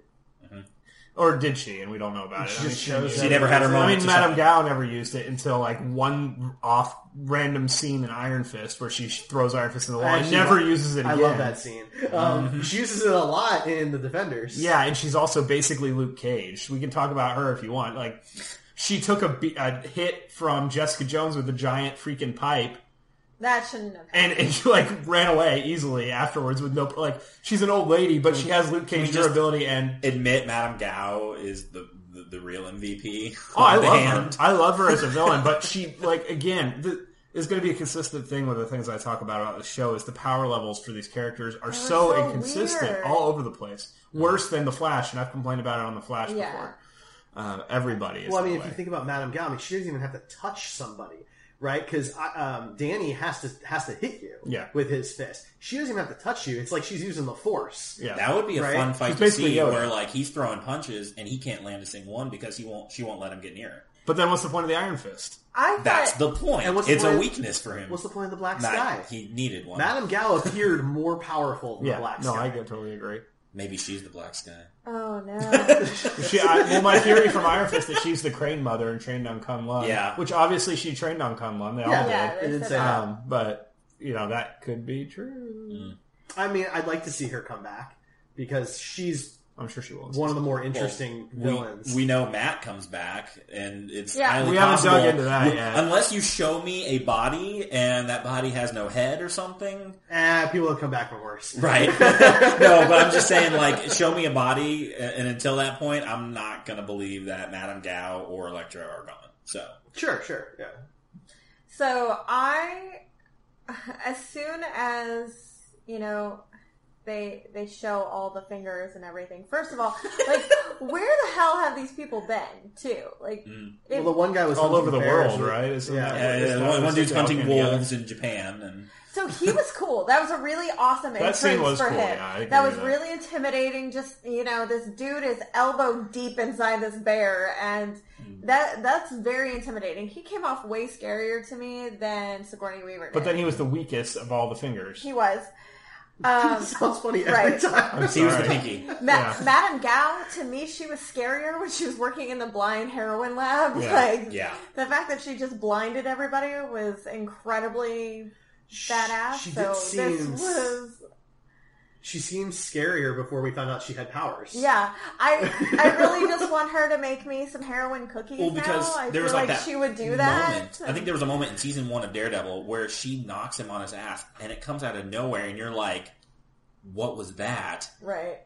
Speaker 3: Or did she? And we don't know about it.
Speaker 1: She
Speaker 3: I mean,
Speaker 1: just
Speaker 3: she
Speaker 1: shows
Speaker 3: used
Speaker 1: that-
Speaker 4: She never had her
Speaker 1: I
Speaker 3: I
Speaker 4: moment.
Speaker 3: mean,
Speaker 4: to
Speaker 3: Madame
Speaker 4: shine.
Speaker 3: Gao never used it until like one off random scene in Iron Fist where she throws Iron Fist in the wall
Speaker 1: I
Speaker 3: and
Speaker 1: actually
Speaker 3: never
Speaker 1: love-
Speaker 3: uses it again.
Speaker 1: I love that scene. Um, she uses it a lot in The Defenders.
Speaker 3: Yeah, and she's also basically Luke Cage. We can talk about her if you want. Like, she took a, be- a hit from Jessica Jones with a giant freaking pipe,
Speaker 2: That shouldn't have
Speaker 3: and,
Speaker 2: happened.
Speaker 3: and she like ran away easily afterwards with no like. She's an old lady, but she has Luke Cage
Speaker 4: just-
Speaker 3: durability and.
Speaker 4: Admit, Madame Gao is the the, the real MVP.
Speaker 3: Oh, I
Speaker 4: of the
Speaker 3: love her.
Speaker 4: hand.
Speaker 3: I love her as a villain, but she like again. Th- is going to be a consistent thing with the things I talk about about the show is the power levels for these characters are so,
Speaker 2: so
Speaker 3: inconsistent,
Speaker 2: weird.
Speaker 3: all over the place. Worse than the Flash, and I've complained about it on the Flash
Speaker 2: Yeah.
Speaker 3: before. Uh, everybody. Is
Speaker 1: Well, I
Speaker 3: that
Speaker 1: mean,
Speaker 3: way.
Speaker 1: if you think about Madame Gao, I mean, she doesn't even have to touch somebody, right? Because um, Danny has to has to hit you
Speaker 3: Yeah.
Speaker 1: with his fist. She doesn't even have to touch you. It's like she's using the force.
Speaker 3: Yeah.
Speaker 4: That would be a
Speaker 1: Right?
Speaker 4: fun fight
Speaker 3: She's
Speaker 4: to
Speaker 3: basically
Speaker 4: see,
Speaker 3: Yoda.
Speaker 4: where like he's throwing punches and he can't land a single one because he won't. She won't let him get near her.
Speaker 3: But then what's the point of the Iron Fist?
Speaker 2: I
Speaker 4: That's
Speaker 2: thought
Speaker 4: the point.
Speaker 1: And what's the
Speaker 4: it's
Speaker 1: point-
Speaker 4: a weakness for him.
Speaker 1: What's the point of the black
Speaker 4: Not-
Speaker 1: sky?
Speaker 4: He needed one.
Speaker 1: Madame Gao appeared more powerful than
Speaker 3: Yeah,
Speaker 1: the black
Speaker 3: no,
Speaker 1: sky.
Speaker 3: I get- totally agree.
Speaker 4: Maybe she's the black sky.
Speaker 2: Oh no.
Speaker 3: She, I, well, my theory from Iron Fist that she's the Crane Mother and trained on Kun Lun.
Speaker 4: Yeah.
Speaker 3: which obviously she trained on Kun Lun. They all
Speaker 1: Yeah,
Speaker 3: did.
Speaker 2: Yeah,
Speaker 1: it
Speaker 2: they
Speaker 1: did
Speaker 2: said
Speaker 1: say
Speaker 2: that.
Speaker 1: that.
Speaker 3: Um, but you know that could be true.
Speaker 1: I mean, I'd like to see her come back because she's
Speaker 3: I'm sure she will.
Speaker 1: one of the more interesting
Speaker 4: We,
Speaker 1: villains.
Speaker 4: we know Matt comes back, and it's
Speaker 2: Yeah.
Speaker 4: highly
Speaker 3: We haven't
Speaker 4: possible-
Speaker 3: dug into that yet.
Speaker 1: uh,
Speaker 4: Unless you show me a body and that body has no head or something,
Speaker 1: Eh, people have come back for worse.
Speaker 4: right? no, but I'm just saying, like, show me a body, a- and until that point, I'm not gonna believe that Madame Gao or Electra are gone. So
Speaker 1: Sure, sure, yeah.
Speaker 2: So I, as soon as you know, they they show all the fingers and everything. First of all, like where the hell have these people been? Too like if-
Speaker 3: Mm.
Speaker 1: Well, the one guy was
Speaker 3: all
Speaker 1: hunting
Speaker 3: over the
Speaker 1: bears,
Speaker 3: world,
Speaker 1: and-
Speaker 3: right? Isn't
Speaker 1: Yeah.
Speaker 3: that-
Speaker 4: yeah, yeah,
Speaker 3: isn't
Speaker 4: uh, one,
Speaker 3: that
Speaker 4: one dude's
Speaker 3: the joke
Speaker 4: hunting
Speaker 3: in the other?
Speaker 4: wolves in Japan, and
Speaker 2: so he was cool. That was a really awesome
Speaker 3: That
Speaker 2: entrance
Speaker 3: scene was
Speaker 2: for
Speaker 3: cool,
Speaker 2: him.
Speaker 3: yeah, I agree
Speaker 2: that
Speaker 3: with
Speaker 2: was
Speaker 3: that.
Speaker 2: really intimidating. Just you know, this dude is elbow deep inside this bear, and
Speaker 3: Mm.
Speaker 2: that that's very intimidating. He came off way scarier to me than Sigourney Weaver.
Speaker 3: But
Speaker 2: did.
Speaker 3: then he was the weakest of all the fingers.
Speaker 2: he was. Um,
Speaker 1: Sounds funny every
Speaker 2: Right.
Speaker 1: time.
Speaker 3: I'm
Speaker 4: he was the
Speaker 3: sorry.
Speaker 4: pinky.
Speaker 2: Ma-
Speaker 3: Yeah.
Speaker 2: Madame Gao, to me, she was scarier when she was working in the blind heroin lab.
Speaker 3: Yeah,
Speaker 2: Like,
Speaker 4: yeah.
Speaker 2: the fact that she just blinded everybody was incredibly badass.
Speaker 1: She
Speaker 2: so
Speaker 1: did
Speaker 2: this
Speaker 1: seems-
Speaker 2: was,
Speaker 1: She seemed scarier before we found out she had powers.
Speaker 2: yeah. I I really just want her to make me some heroin cookies.
Speaker 4: Well, because
Speaker 2: now. I
Speaker 4: there was
Speaker 2: feel
Speaker 4: like, that
Speaker 2: she would do that.
Speaker 4: Moment. I think there was a moment in season one of Daredevil where she knocks him on his ass, and it comes out of nowhere, and you're like, "What was that?"
Speaker 2: right,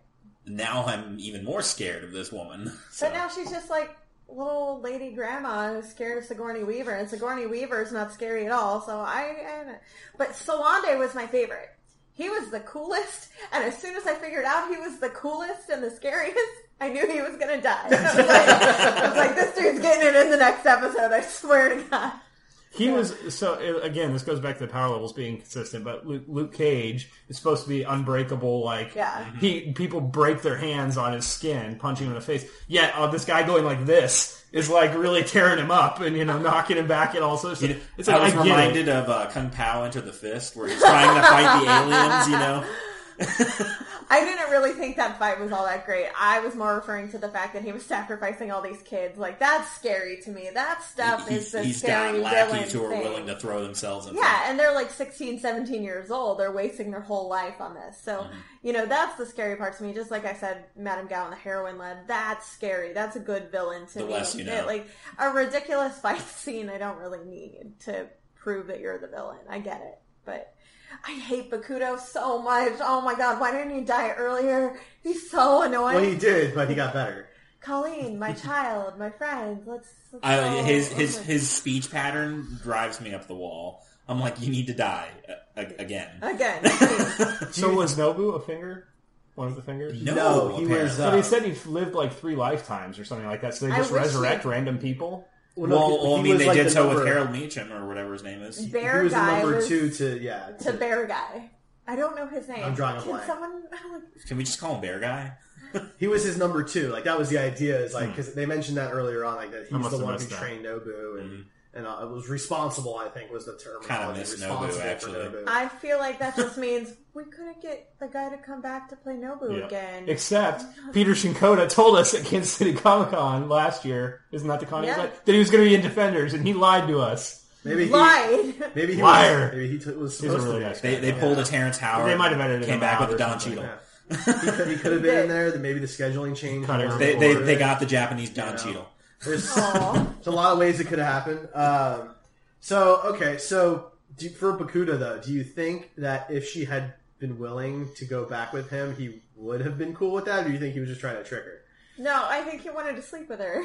Speaker 4: Now I'm even more scared of this woman. So,
Speaker 2: but now she's just like little old lady grandma who's scared of Sigourney Weaver, and Sigourney Weaver is not scary at all. So I, I don't know. but Solande was my favorite. He was the coolest, and as soon as I figured out he was the coolest and the scariest, I knew he was gonna die. I was like, I was like, this dude's getting it in the next episode. I swear to God.
Speaker 3: He was so uh, again. This goes back to the power levels being consistent, but Luke, Luke Cage is supposed to be unbreakable. Like
Speaker 2: Yeah.
Speaker 3: he people break their hands on his skin, punching him in the face. Yet uh, this guy going like this is like really tearing him up and you know knocking him back and all sorts. Of,
Speaker 4: You know,
Speaker 3: it's
Speaker 4: I
Speaker 3: like,
Speaker 4: was
Speaker 3: get it.
Speaker 4: reminded of uh, Kung Pao Enter the Fist, where he's trying to fight the aliens. You know,
Speaker 2: I didn't really think that fight was all that great. I was more referring to the fact that he was sacrificing all these kids. Like that's scary to me. That stuff is
Speaker 4: he's,
Speaker 2: the
Speaker 4: he's got
Speaker 2: scary
Speaker 4: lackeys
Speaker 2: villain
Speaker 4: who are
Speaker 2: thing.
Speaker 4: willing to throw themselves. In front.
Speaker 2: Yeah, and they're like 16, 17 years old. They're wasting their whole life on this. So,
Speaker 4: Mm-hmm.
Speaker 2: you know, that's the scary part to me. Just like I said, Madame Gao and the heroin lab, that's scary. That's a good villain to
Speaker 4: The
Speaker 2: me.
Speaker 4: less you
Speaker 2: Yeah,
Speaker 4: know.
Speaker 2: like a ridiculous fight scene, I don't really need to prove that you're the villain. I get it. But I hate Bakudo so much. Oh my god, why didn't he die earlier? He's so annoying.
Speaker 1: Well, he did, but he got better.
Speaker 2: Colleen, my child, my friend, let's. let's
Speaker 4: I,
Speaker 2: go.
Speaker 4: his
Speaker 2: Oh
Speaker 4: his
Speaker 2: my
Speaker 4: his speech pattern drives me up the wall. I'm like, you need to die uh, ag- again.
Speaker 2: Again,
Speaker 3: So was Nobu a finger? One of the fingers.
Speaker 4: No,
Speaker 1: No, he was, uh,
Speaker 4: apparently.
Speaker 3: But he said he lived like three lifetimes or something like that. So they
Speaker 2: I
Speaker 3: just
Speaker 2: wish he-
Speaker 3: resurrect random people.
Speaker 1: no,
Speaker 4: Well,
Speaker 1: he-
Speaker 4: well,
Speaker 1: he
Speaker 4: I mean,
Speaker 1: was
Speaker 4: they
Speaker 1: like
Speaker 4: did
Speaker 1: the
Speaker 4: so with
Speaker 1: number-
Speaker 4: Harold Meacham or whatever his name is.
Speaker 2: bear
Speaker 1: He was the
Speaker 2: guy
Speaker 1: number
Speaker 2: was
Speaker 1: two to yeah.
Speaker 2: to bear guy. I don't know his name.
Speaker 1: I'm drawing a
Speaker 2: Can
Speaker 1: blank.
Speaker 2: someone? I'm like,
Speaker 4: Can we just call him Bear Guy?
Speaker 1: He was his number two. Like that was the idea. Is like because they mentioned that earlier on. Like that
Speaker 3: Hmm. I
Speaker 1: he's
Speaker 3: must
Speaker 1: the
Speaker 3: have
Speaker 1: one who
Speaker 3: missed that. Hmm.
Speaker 1: trained Nobu and and uh, was responsible. I think was the term.
Speaker 4: miss Nobu, actually.
Speaker 2: I feel like that just means we couldn't get the guy to come back to play Nobu
Speaker 3: Yeah.
Speaker 2: again.
Speaker 3: Except Peter Shinkoda told us at Kansas City Comic Con last year, isn't that the con? he was
Speaker 2: Yeah.
Speaker 3: at? that he was going to be in Defenders, and he lied to us.
Speaker 1: maybe he,
Speaker 2: Lied.
Speaker 1: Maybe he
Speaker 3: Liar.
Speaker 1: Was, maybe he t- was
Speaker 3: He's a
Speaker 1: supposed
Speaker 3: really
Speaker 1: to.
Speaker 3: nice
Speaker 1: Be.
Speaker 3: guy.
Speaker 4: They, they pulled a Terrence Howard.
Speaker 3: They might have edited
Speaker 4: Came
Speaker 3: him
Speaker 4: back
Speaker 3: out
Speaker 4: with a
Speaker 3: or
Speaker 4: Don
Speaker 3: something,
Speaker 4: Cheadle.
Speaker 1: Yeah. he, could, he could have been in there. Then maybe the scheduling changed.
Speaker 3: Cut him.
Speaker 4: They, they,
Speaker 3: Or-
Speaker 4: they got the Japanese Don
Speaker 1: Yeah.
Speaker 4: Cheadle.
Speaker 2: Oh,
Speaker 1: There's,
Speaker 2: Aw.
Speaker 1: there's a lot of ways it could have happened. Um, so okay, so do, for Bakuda though, do you think that if she had been willing to go back with him, he would have been cool with that, or do you think he was just trying to trick her?
Speaker 2: No, I think he wanted to sleep with her.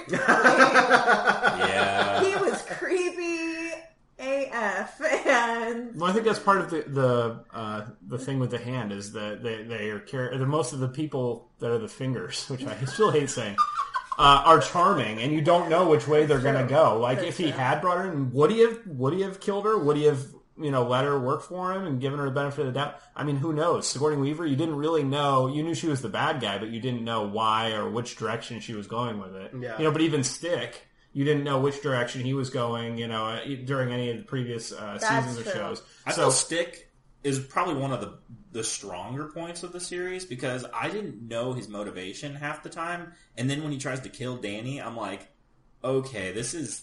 Speaker 4: Yeah.
Speaker 2: he was creepy AF, and
Speaker 3: Well, I think that's part of the the uh, the thing with the hand is that they they are care. The most of the people that are the fingers, which I still hate saying, uh, are charming, and you don't know which way they're going to go. Like if he had brought her in, would he have would he have killed her? Would he have you know let her work for him and given her the benefit of the doubt? I mean, who knows? Sigourney Weaver, you didn't really know. You knew she was the bad guy, but you didn't know why or which direction she was going with it.
Speaker 1: Yeah.
Speaker 3: You know, but even Stick. You didn't know which direction he was going, you know, uh, during any of the previous uh,
Speaker 2: That's
Speaker 3: seasons or
Speaker 2: true.
Speaker 3: shows.
Speaker 4: I
Speaker 3: So
Speaker 4: feel Stick is probably one of the the stronger points of the series because I didn't know his motivation half the time, and then when he tries to kill Danny, I'm like, okay, this is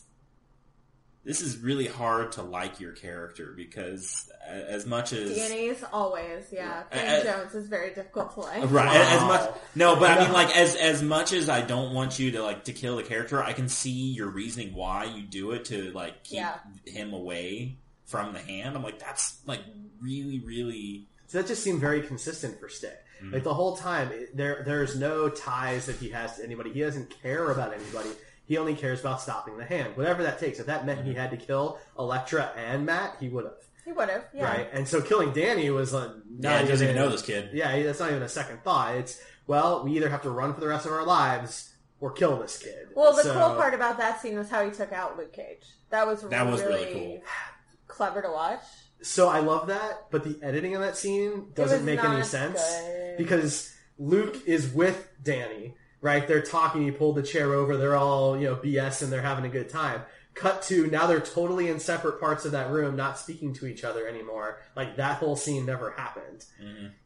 Speaker 4: this is really hard to like your character because a- as much as
Speaker 2: DNA's always, yeah.
Speaker 4: Yeah.
Speaker 2: Finn
Speaker 4: Uh,
Speaker 2: Jones is very difficult to like.
Speaker 4: Right. As much no, but I mean, like as as much as I don't want you to like to kill the character, I can see your reasoning why you do it to like keep
Speaker 2: Yeah.
Speaker 4: him away from the hand. I'm like, that's like really, really.
Speaker 1: So that just seemed very consistent for Stick.
Speaker 4: Mm-hmm.
Speaker 1: Like the whole time, it, there there's no ties that he has to anybody. He doesn't care about anybody. He only cares about stopping the hand, whatever that takes. If that meant
Speaker 4: Mm-hmm.
Speaker 1: he had to kill Elektra and Matt, he would have.
Speaker 2: He would have, yeah.
Speaker 1: Right, and so killing Danny was like,
Speaker 4: Yeah, he doesn't even know this kid.
Speaker 1: Yeah, that's not even a second thought. It's well, we either have to run for the rest of our lives or kill this kid.
Speaker 2: Well, the
Speaker 1: So-
Speaker 2: cool part about that scene was how he took out Luke Cage. That was
Speaker 4: That was really cool.
Speaker 2: clever to watch.
Speaker 1: So I love that, but the editing of that scene doesn't
Speaker 2: was
Speaker 1: make any
Speaker 2: not
Speaker 1: sense
Speaker 2: good.
Speaker 1: because Luke is with Danny, right? They're talking. He pulled the chair over. They're all you know BS and they're having a good time. Cut to now they're totally in separate parts of that room, not speaking to each other anymore. Like that whole scene never happened.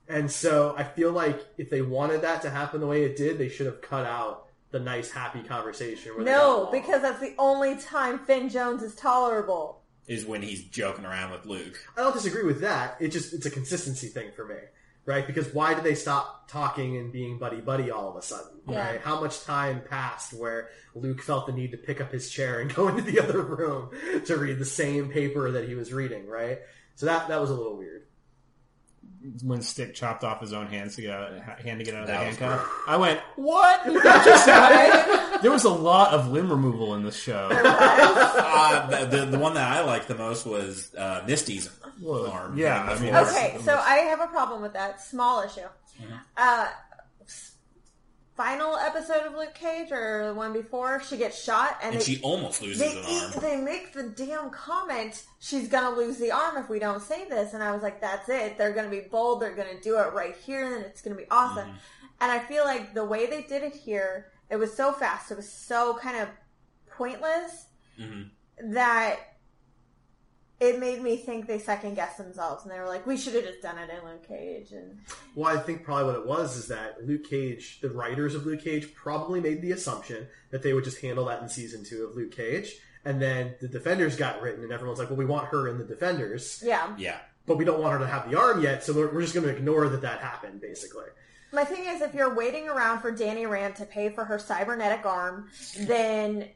Speaker 1: And so I feel like if they wanted that to happen the way it did, they should have cut out the nice happy conversation. Where they got
Speaker 2: No,
Speaker 1: along.
Speaker 2: because that's the only time Finn Jones is tolerable.
Speaker 4: Is when he's joking around with Luke.
Speaker 1: I don't disagree with that. It just it's a consistency thing for me, right? Because why did they stop talking and being buddy buddy all of a sudden?
Speaker 2: Yeah.
Speaker 1: Right? How much time passed where Luke felt the need to pick up his chair and go into the other room to read the same paper that he was reading, right? So that that was a little weird.
Speaker 3: when Stick chopped off his own hands to get out, hand to get out of the
Speaker 4: That was
Speaker 3: handcuff, I went, "What? That just happened?" there was a lot of limb removal in this show.
Speaker 4: Uh, the, the the one that I liked the most was uh, Misty's arm.
Speaker 3: yeah,
Speaker 4: That's
Speaker 3: I mean,
Speaker 4: what
Speaker 3: Yes.
Speaker 2: Okay, so I have a problem with that. Small issue.
Speaker 4: Mm-hmm.
Speaker 2: Uh, s- final episode of Luke Cage or the one before, she gets shot and,
Speaker 4: and
Speaker 2: they,
Speaker 4: she almost loses
Speaker 2: they,
Speaker 4: an
Speaker 2: e-
Speaker 4: arm.
Speaker 2: they make the damn comment, she's gonna lose the arm if we don't say this. And I was like, that's it. They're gonna be bold. They're gonna do it right here and it's gonna be awesome. And I feel like the way they did it here, it was so fast. It was so kind of pointless that it made me think they second guessed themselves and they were like, we should have just done it in Luke Cage. And
Speaker 1: Well, I think probably what it was is that Luke Cage, the writers of Luke Cage, probably made the assumption that they would just handle that in season two of Luke Cage, and then the Defenders got written, and everyone's like, "Well, we want her in the Defenders."
Speaker 2: yeah.
Speaker 4: Yeah.
Speaker 1: but we don't want her to have the arm yet, so we're, we're just going to ignore that that happened, basically.
Speaker 2: My thing is, if you're waiting around for Danny Rand to pay for her cybernetic arm, then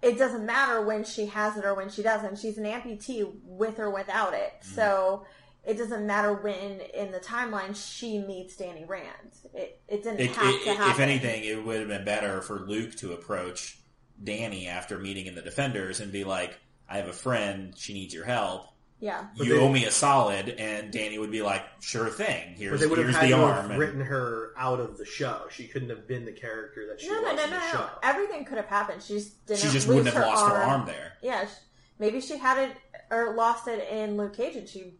Speaker 2: it doesn't matter when she has it or when she doesn't. She's an amputee with or without it.
Speaker 4: Mm-hmm.
Speaker 2: So it doesn't matter when in the timeline she meets Danny Rand. It, it didn't
Speaker 4: It,
Speaker 2: have
Speaker 4: it-
Speaker 2: to
Speaker 4: it-
Speaker 2: happen.
Speaker 4: if anything, it would have been better for Luke to approach Danny after meeting in the Defenders and be like, "I have a friend. She needs your help.
Speaker 2: Yeah.
Speaker 4: you
Speaker 1: they-
Speaker 4: owe me a solid." And Danny would be like, "Sure thing.
Speaker 1: But
Speaker 4: Here's,
Speaker 1: they would have
Speaker 4: here's
Speaker 1: had
Speaker 4: the
Speaker 1: to
Speaker 4: arm."
Speaker 1: have
Speaker 4: And-
Speaker 1: written her out of the show. She couldn't have been the character that she
Speaker 2: No, no,
Speaker 1: was
Speaker 2: no, no,
Speaker 1: in the show.
Speaker 2: no. Everything could have happened. She just didn't.
Speaker 4: she just
Speaker 2: lose
Speaker 4: wouldn't have
Speaker 2: her
Speaker 4: lost
Speaker 2: arm.
Speaker 4: her arm there.
Speaker 2: Yeah, sh maybe she had it or lost it in Luke Cage, and she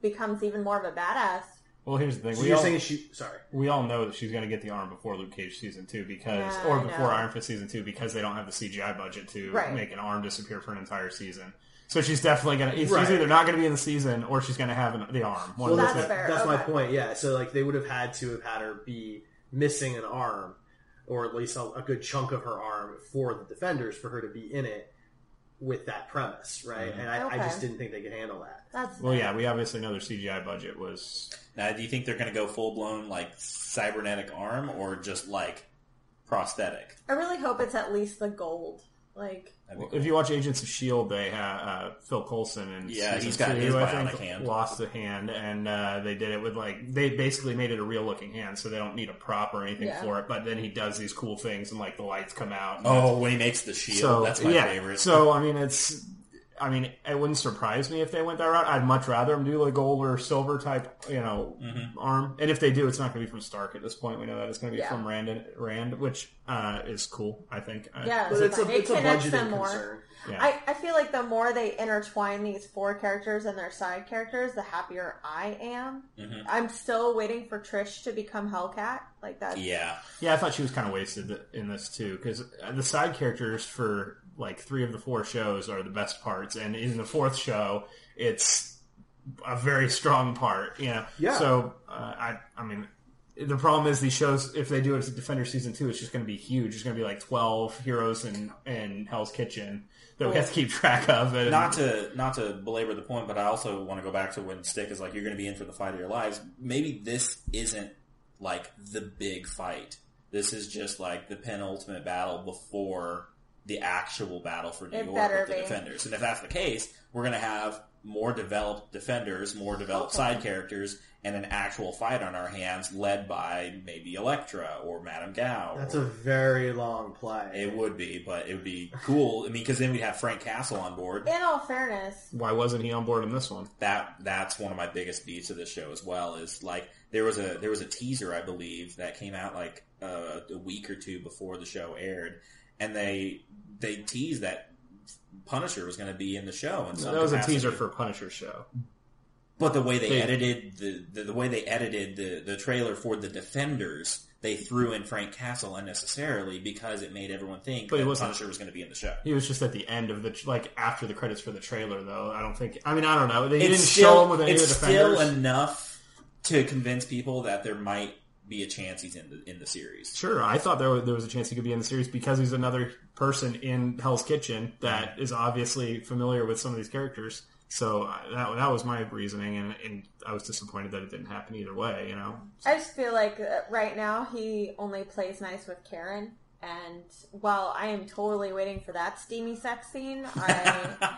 Speaker 2: becomes even more of a badass.
Speaker 3: Well, here's the thing.
Speaker 1: So
Speaker 3: we
Speaker 1: you're
Speaker 3: all,
Speaker 1: saying she? Sorry.
Speaker 3: we all know that she's going to get the arm before Luke Cage season two because,
Speaker 2: Yeah,
Speaker 3: or
Speaker 2: I
Speaker 3: before
Speaker 2: know.
Speaker 3: Iron Fist season two because they don't have the CGI budget to
Speaker 2: Right.
Speaker 3: make an arm disappear for an entire season. So she's definitely going to. She's
Speaker 1: Right.
Speaker 3: either not going to be in the season or she's going to have an, the arm.
Speaker 1: Well,
Speaker 3: One of the
Speaker 1: that's,
Speaker 3: two.
Speaker 2: that's fair,
Speaker 1: that's my
Speaker 2: okay.
Speaker 1: point. Yeah. So like they would have had to have had her be missing an arm, or at least a, a good chunk of her arm for the defenders for her to be in it with that premise, right?
Speaker 4: Mm-hmm.
Speaker 1: And I, I
Speaker 2: Okay.
Speaker 1: just didn't think they could handle that.
Speaker 2: That's
Speaker 3: Well, yeah, we obviously know their CGI budget was.
Speaker 4: Now, do you think they're going to go full blown like cybernetic arm or just like prosthetic?
Speaker 2: I really hope it's at least the gold. Like
Speaker 4: That'd be cool.
Speaker 3: If you watch Agents of Shield, E they have uh, Phil Coulson and
Speaker 4: Yeah,
Speaker 3: season
Speaker 4: he's got
Speaker 3: two,
Speaker 4: his
Speaker 3: I
Speaker 4: bionic
Speaker 3: think,
Speaker 4: hand.
Speaker 3: lost a hand, and uh, they did it with like they basically made it a real looking hand, so they don't need a prop or anything
Speaker 2: Yeah.
Speaker 3: for it. But then he does these cool things, and like the lights come out. and
Speaker 4: Oh, when he makes the shield, that's my
Speaker 3: yeah.
Speaker 4: favorite.
Speaker 3: So I mean, it's I mean, it wouldn't surprise me if they went that route. I'd much rather them do a gold or silver type, you know,
Speaker 4: Mm-hmm.
Speaker 3: arm. And if they do, it's not going to be from Stark at this point. We know that it's going to be
Speaker 2: Yeah.
Speaker 3: from Rand, Rand, which uh, is cool. I think. I-
Speaker 2: yeah,
Speaker 1: But it's a,
Speaker 2: it
Speaker 1: it's a
Speaker 2: connects
Speaker 1: budgeting
Speaker 2: them more.
Speaker 1: concern.
Speaker 3: yeah.
Speaker 2: I, I feel like the more they intertwine these four characters and their side characters, the happier I am.
Speaker 1: Mm-hmm.
Speaker 2: I'm still waiting for Trish to become Hellcat. Like that.
Speaker 4: yeah,
Speaker 3: Yeah, I thought she was kind of wasted in this too, because the side characters for like three of the four shows are the best parts, and in the fourth show, it's a very strong part. You know,
Speaker 1: Yeah.
Speaker 3: So uh, I, I mean, the problem is these shows. If they do it as Defender season two, it's just going to be huge. It's going to be like twelve heroes and and Hell's Kitchen that we have to keep track of. And
Speaker 4: not to not to belabor the point, but I also want to go back to when Stick is like, "You're going to be in for the fight of your lives." Maybe this isn't like the big fight. This is just like the penultimate battle before the actual battle for New
Speaker 2: It
Speaker 4: York
Speaker 2: better
Speaker 4: with the
Speaker 2: be.
Speaker 4: defenders. And if that's the case, we're going to have more developed defenders, more developed side characters, and an actual fight on our hands, led by maybe Elektra or Madame Gao.
Speaker 1: That's
Speaker 4: or-
Speaker 1: a very long play.
Speaker 4: it would be, but it would be cool. I mean, because then we'd have Frank Castle on board.
Speaker 2: In all fairness,
Speaker 3: why wasn't he on board in this one?
Speaker 4: that that's one of my biggest beats of this show as well is like there was a there was a teaser I believe that came out like uh, a week or two before the show aired, and they they teased that Punisher was going to be in the show. And
Speaker 3: that was a teaser for Punisher show.
Speaker 4: but the way they,
Speaker 3: They-
Speaker 4: edited the, the the way they edited the the trailer for the Defenders, they threw in Frank Castle unnecessarily because it made everyone think
Speaker 3: But he
Speaker 4: that
Speaker 3: wasn't-
Speaker 4: Punisher was going to be in the show.
Speaker 3: He was just at the end of the like after the credits for the trailer, though. I don't think. I mean, I don't know. They didn't show him with any of the
Speaker 4: it's
Speaker 3: defenders.
Speaker 4: still enough to convince people that there might be a chance he's in the in the series.
Speaker 3: sure, I thought there was, there was a chance he could be in the series because he's another person in Hell's Kitchen
Speaker 4: Mm-hmm.
Speaker 3: that is obviously familiar with some of these characters. So I, that that was my reasoning, and, and I was disappointed that it didn't happen either way. You know,
Speaker 2: I just feel like uh, right now he only plays nice with Karen. And while I am totally waiting for that steamy sex scene, I,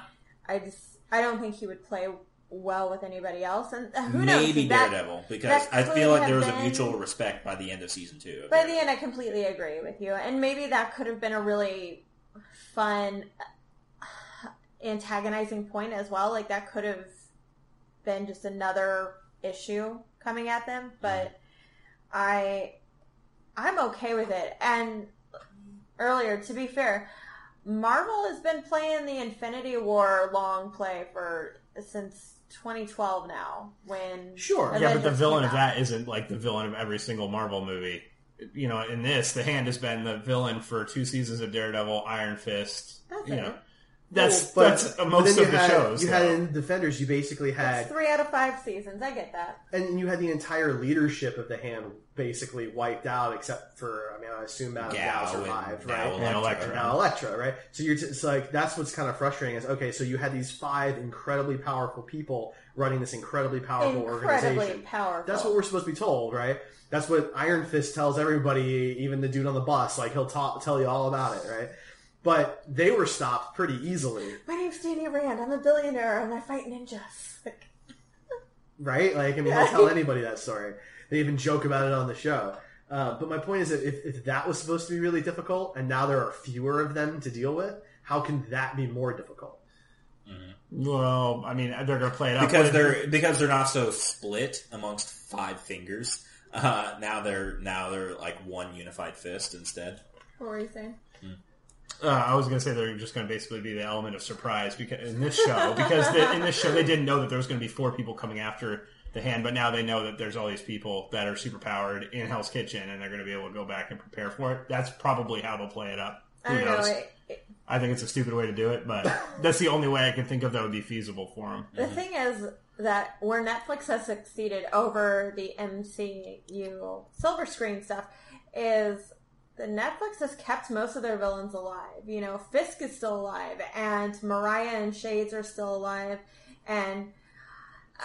Speaker 2: I just I don't think he would play well with anybody else. And who
Speaker 4: Maybe
Speaker 2: knows? that-
Speaker 4: Daredevil, because
Speaker 2: that
Speaker 4: I
Speaker 2: could
Speaker 4: feel like
Speaker 2: have
Speaker 4: there was a
Speaker 2: been-
Speaker 4: mutual respect by the end of season two. of
Speaker 2: By the
Speaker 4: Daredevil.
Speaker 2: end, I completely agree with you, and maybe that could have been a really fun, uh, antagonizing point as well. Like that could have been just another issue coming at them,
Speaker 3: Mm-hmm.
Speaker 2: but I, I'm okay with it. And earlier, to be fair, Marvel has been playing the Infinity War long play for since 2012 now. When
Speaker 1: Sure.
Speaker 3: yeah, but the
Speaker 2: Avengers
Speaker 3: villain
Speaker 2: came
Speaker 3: of
Speaker 2: out.
Speaker 3: that isn't like the villain of every single Marvel movie. You know, in this, the hand has been the villain for two seasons of Daredevil, Iron Fist.
Speaker 2: That's
Speaker 3: you
Speaker 2: it.
Speaker 3: know, that's
Speaker 1: Well, but-
Speaker 3: that's
Speaker 1: but
Speaker 3: most
Speaker 1: then
Speaker 3: of
Speaker 1: you
Speaker 3: the
Speaker 1: had-
Speaker 3: shows.
Speaker 1: You had
Speaker 3: though.
Speaker 1: in Defenders, you basically had
Speaker 2: That's three out of five seasons. I get that.
Speaker 1: and you had the entire leadership of the hand basically wiped out, except for I mean, I assume Madame
Speaker 4: Gao
Speaker 1: Gao
Speaker 4: and
Speaker 1: survived,
Speaker 4: now
Speaker 1: right?
Speaker 3: And
Speaker 4: Elektra.
Speaker 3: Elektra.
Speaker 1: now Electra, right? So you're just like that's what's kind of frustrating is okay, so you had these five incredibly powerful people running this incredibly powerful
Speaker 2: Incredibly
Speaker 1: organization.
Speaker 2: powerful.
Speaker 1: That's what we're supposed to be told, right? That's what Iron Fist tells everybody, even the dude on the bus. Like he'll ta- tell you all about it, right? But they were stopped pretty easily,
Speaker 2: My name's Danny Rand. I'm a billionaire and I fight ninjas. Like,
Speaker 1: right? Like, I mean, he'll tell anybody that story. They even joke about it on the show. Uh, but my point is that if, if that was supposed to be really difficult, and now there are fewer of them to deal with, how can that be more difficult?
Speaker 3: Well, I mean, they're going to play it up
Speaker 4: because
Speaker 3: with-
Speaker 4: they're because they're not so split amongst five fingers. Uh, now they're now they're like one unified fist instead.
Speaker 2: what were you saying?
Speaker 3: Uh, I was going to say they're just going to basically be the element of surprise because in this show, because the, in this show they didn't know that there was going to be four people coming after the hand, but now they know that there's all these people that are super powered in Hell's Kitchen, and they're going to be able to go back and prepare for it. That's probably how they'll play it up. Who
Speaker 2: I don't know.
Speaker 3: knows?
Speaker 2: It, it,
Speaker 3: I think it's a stupid way to do it, but that's the only way I can think of that would be feasible for them.
Speaker 2: the
Speaker 4: Mm-hmm.
Speaker 2: thing is that where Netflix has succeeded over the MCU silver screen stuff is the Netflix has kept most of their villains alive. You know, Fisk is still alive, and Mariah and Shades are still alive, and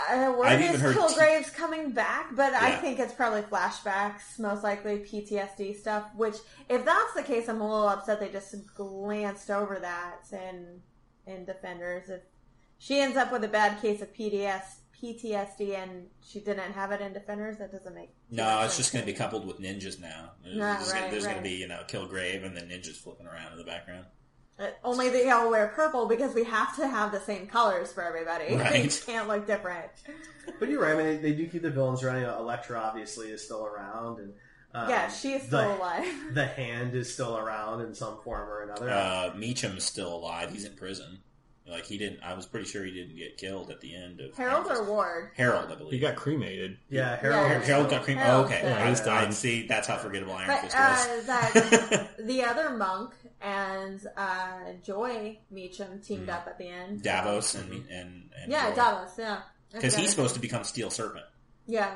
Speaker 2: uh, word
Speaker 4: I've
Speaker 2: is
Speaker 4: even heard
Speaker 2: Kilgrave's coming back, but I
Speaker 4: Yeah.
Speaker 2: think it's probably flashbacks, most likely PTSD stuff. Which, if that's the case, I'm a little upset they just glanced over that in in Defenders. If she ends up with a bad case of PDS, PTSD, and she didn't have it in Defenders, that doesn't make
Speaker 4: No, it's just going to be coupled with ninjas now. There's,
Speaker 2: Right,
Speaker 4: there's gonna-
Speaker 2: right,
Speaker 4: there's
Speaker 2: right.
Speaker 4: going to be you know Kilgrave and then ninjas flipping around in the background.
Speaker 2: Uh, Only they all wear purple because we have to have the same colors for everybody. They
Speaker 4: Right.
Speaker 2: can't look different.
Speaker 1: But you're right. I mean, they, they do keep the villains running. Uh, Elektra obviously is still around, and um,
Speaker 2: yeah, she is still
Speaker 1: the,
Speaker 2: alive.
Speaker 1: The hand is still around in some form or another.
Speaker 4: Uh, Meacham's still alive. He's in prison. Like he didn't. I was pretty sure he didn't get killed at the end of
Speaker 2: Harold or Ward?
Speaker 4: Harold, I
Speaker 3: He
Speaker 4: believe.
Speaker 3: got cremated.
Speaker 1: yeah,
Speaker 2: yeah.
Speaker 1: Harold.
Speaker 4: Harold got cream. Oh,
Speaker 2: Harold's
Speaker 4: okay,
Speaker 2: dead.
Speaker 3: Yeah, he's
Speaker 4: I, I
Speaker 3: done.
Speaker 4: see. That's how forgettable Iron
Speaker 2: But
Speaker 4: Fist was.
Speaker 2: uh, that the other monk and uh, Joy Meacham teamed
Speaker 4: Mm.
Speaker 2: up at the end.
Speaker 4: Davos and and, and
Speaker 2: Yeah, Davos. Yeah,
Speaker 4: because he's
Speaker 2: Yeah.
Speaker 4: supposed to become Steel Serpent.
Speaker 2: Yeah,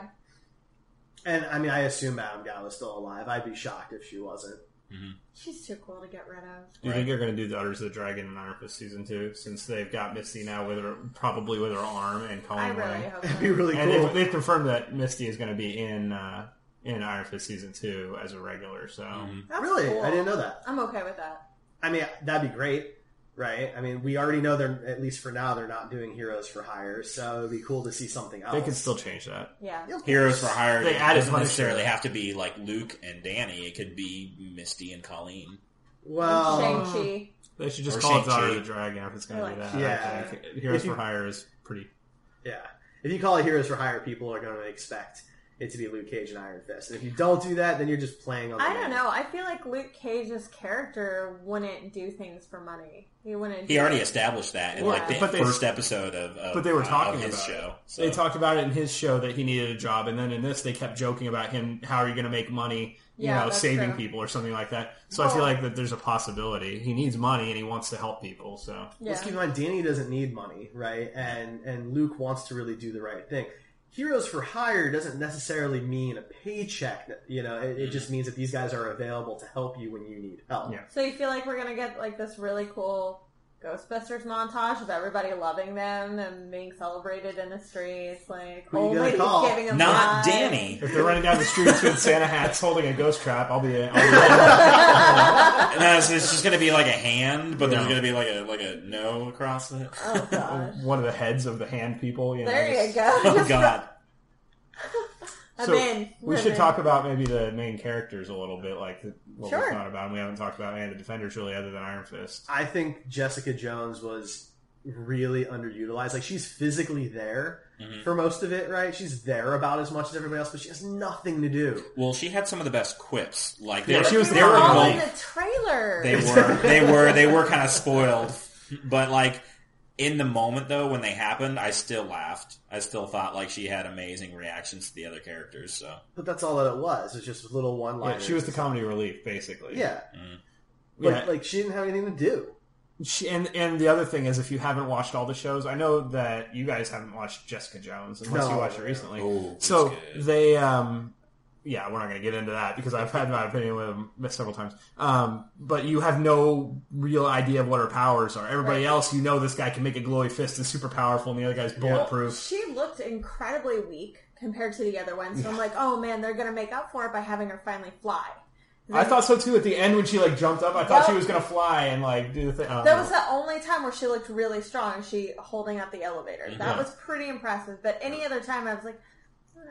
Speaker 1: And I mean, I assume Madame Gao is still alive. I'd be shocked if she wasn't.
Speaker 2: she's too cool to get rid of.
Speaker 3: Do you
Speaker 4: Right.
Speaker 3: think they're going to do the Utters of the Dragon in Iron Fist season two? Since they've got Misty now with her, probably with her arm and
Speaker 2: I
Speaker 3: Colin
Speaker 2: really
Speaker 3: Wing,
Speaker 2: hope.
Speaker 1: That'd
Speaker 2: not.
Speaker 1: be really
Speaker 3: and
Speaker 1: cool.
Speaker 3: they've, they've confirmed that Misty is going to be in uh, in Iron Fist season two as a regular. So
Speaker 2: That's
Speaker 1: really,
Speaker 2: cool.
Speaker 1: I didn't know that.
Speaker 2: I'm okay with that.
Speaker 1: I mean, that'd be great, right? I mean, we already know they're at least for now they're not doing heroes for hire, so it'd be cool to see something else.
Speaker 3: they could still change that.
Speaker 2: Yeah,
Speaker 1: Yeah, of
Speaker 4: Heroes for
Speaker 1: course.
Speaker 4: Hire
Speaker 3: They
Speaker 4: it
Speaker 3: added
Speaker 4: doesn't
Speaker 3: Punisher.
Speaker 4: necessarily have to be like Luke and Danny. It could be Misty and Colleen.
Speaker 1: Well,
Speaker 2: Shang
Speaker 4: Um,
Speaker 2: Chi.
Speaker 3: They should just
Speaker 4: Or
Speaker 3: call it the
Speaker 4: Shang-Chi.
Speaker 3: Daughter of the Dragon if it's going
Speaker 2: I
Speaker 3: to be
Speaker 2: like
Speaker 3: that.
Speaker 1: Yeah.
Speaker 3: I think. Heroes
Speaker 1: If you-
Speaker 3: for Hire is pretty.
Speaker 1: yeah. If you call it heroes for hire, people are going to expect it to be Luke Cage and Iron Fist. And if you don't do that, then you're just playing on. The
Speaker 2: I
Speaker 1: name.
Speaker 2: don't know. I feel like Luke Cage's character wouldn't do things for money. He wouldn't.
Speaker 4: He
Speaker 2: do
Speaker 4: already
Speaker 2: it.
Speaker 4: established that in
Speaker 3: Well,
Speaker 4: like the
Speaker 3: but they-
Speaker 4: first episode of, of
Speaker 3: But they were
Speaker 4: uh, of
Speaker 3: talking
Speaker 4: his
Speaker 3: about it.
Speaker 4: show. So.
Speaker 3: They talked about it in his show that he needed a job, and then in this they kept joking about him. How are you going to make money? You
Speaker 2: Yeah,
Speaker 3: know,
Speaker 2: that's
Speaker 3: saving
Speaker 2: true.
Speaker 3: people or something like that. So I feel
Speaker 2: Well-
Speaker 3: like that there's a possibility he needs money and he wants to help people. So
Speaker 2: Yeah.
Speaker 1: Let's keep in mind, Danny doesn't need money, right? And and Luke wants to really do the right thing. Heroes for hire doesn't necessarily mean a paycheck. You know, it, it just means that these guys are available to help you when you need help.
Speaker 3: Yeah.
Speaker 2: So you feel like we're gonna get like this really cool Ghostbusters montage of everybody loving them and being celebrated in the streets, like
Speaker 1: Who you
Speaker 2: old
Speaker 1: gonna
Speaker 2: ladies
Speaker 1: call?
Speaker 2: giving them
Speaker 4: Not
Speaker 2: rides.
Speaker 4: Danny.
Speaker 3: If they're running down the streets with Santa hats holding a ghost trap, I'll be. I'll be
Speaker 4: No, so it's just gonna be like a hand, but there's
Speaker 3: Yeah.
Speaker 4: gonna be like a like a no across it.
Speaker 2: Oh god.
Speaker 3: one of the heads of the hand people. You know,
Speaker 2: There you
Speaker 3: just-
Speaker 2: go.
Speaker 4: Oh God!
Speaker 2: I'm
Speaker 3: So
Speaker 2: in.
Speaker 3: we
Speaker 2: I'm
Speaker 3: should
Speaker 2: in.
Speaker 3: talk about maybe the main characters a little bit, like the- what
Speaker 2: Sure.
Speaker 3: we thought about. And we haven't talked about any of the defenders really, other than Iron Fist.
Speaker 1: I think Jessica Jones was really underutilized. Like she's physically there for most of it, right? She's there about as much as everybody else, but she has nothing to do.
Speaker 4: Well, she had some of the best quips. Like
Speaker 3: Yeah,
Speaker 4: they,
Speaker 3: she was
Speaker 4: they
Speaker 2: They were
Speaker 3: there
Speaker 4: were
Speaker 2: all
Speaker 3: Well,
Speaker 2: in
Speaker 4: both-
Speaker 2: the trailer.
Speaker 4: They were they were they were kind of spoiled, but like in the moment though, when they happened, I still laughed. I still thought like she had amazing reactions to the other characters. So
Speaker 1: But that's all that it was. It's just little one
Speaker 3: Yeah,
Speaker 1: liners.
Speaker 3: she was the comedy relief, basically.
Speaker 1: yeah.
Speaker 3: Yeah.
Speaker 1: Like, like she didn't have anything to do.
Speaker 3: She- and and the other thing is, if you haven't watched all the shows, I know that you guys haven't watched Jessica Jones unless
Speaker 1: No.
Speaker 3: you watched it recently.
Speaker 4: Oh, that's
Speaker 3: so
Speaker 4: good.
Speaker 3: they, um, yeah, we're not going to get into that because I've had my opinion with them several times. Um, but you have no real idea of what her powers are. Everybody
Speaker 2: Right.
Speaker 3: else, you know, this guy can make a glowy fist and super powerful, and the other guy's bulletproof.
Speaker 2: She looked incredibly weak compared to the other ones. So I'm like, oh man, they're gonna make up for it by having her finally fly.
Speaker 3: I thought so too. At the end, when she like jumped up, I thought
Speaker 2: Well-
Speaker 3: she was going to fly and like do the thing. I don't
Speaker 1: Uh-huh.
Speaker 2: That
Speaker 3: know.
Speaker 2: was the only time where she looked really strong. She holding up the elevator. That was pretty impressive. But any other time, I was like,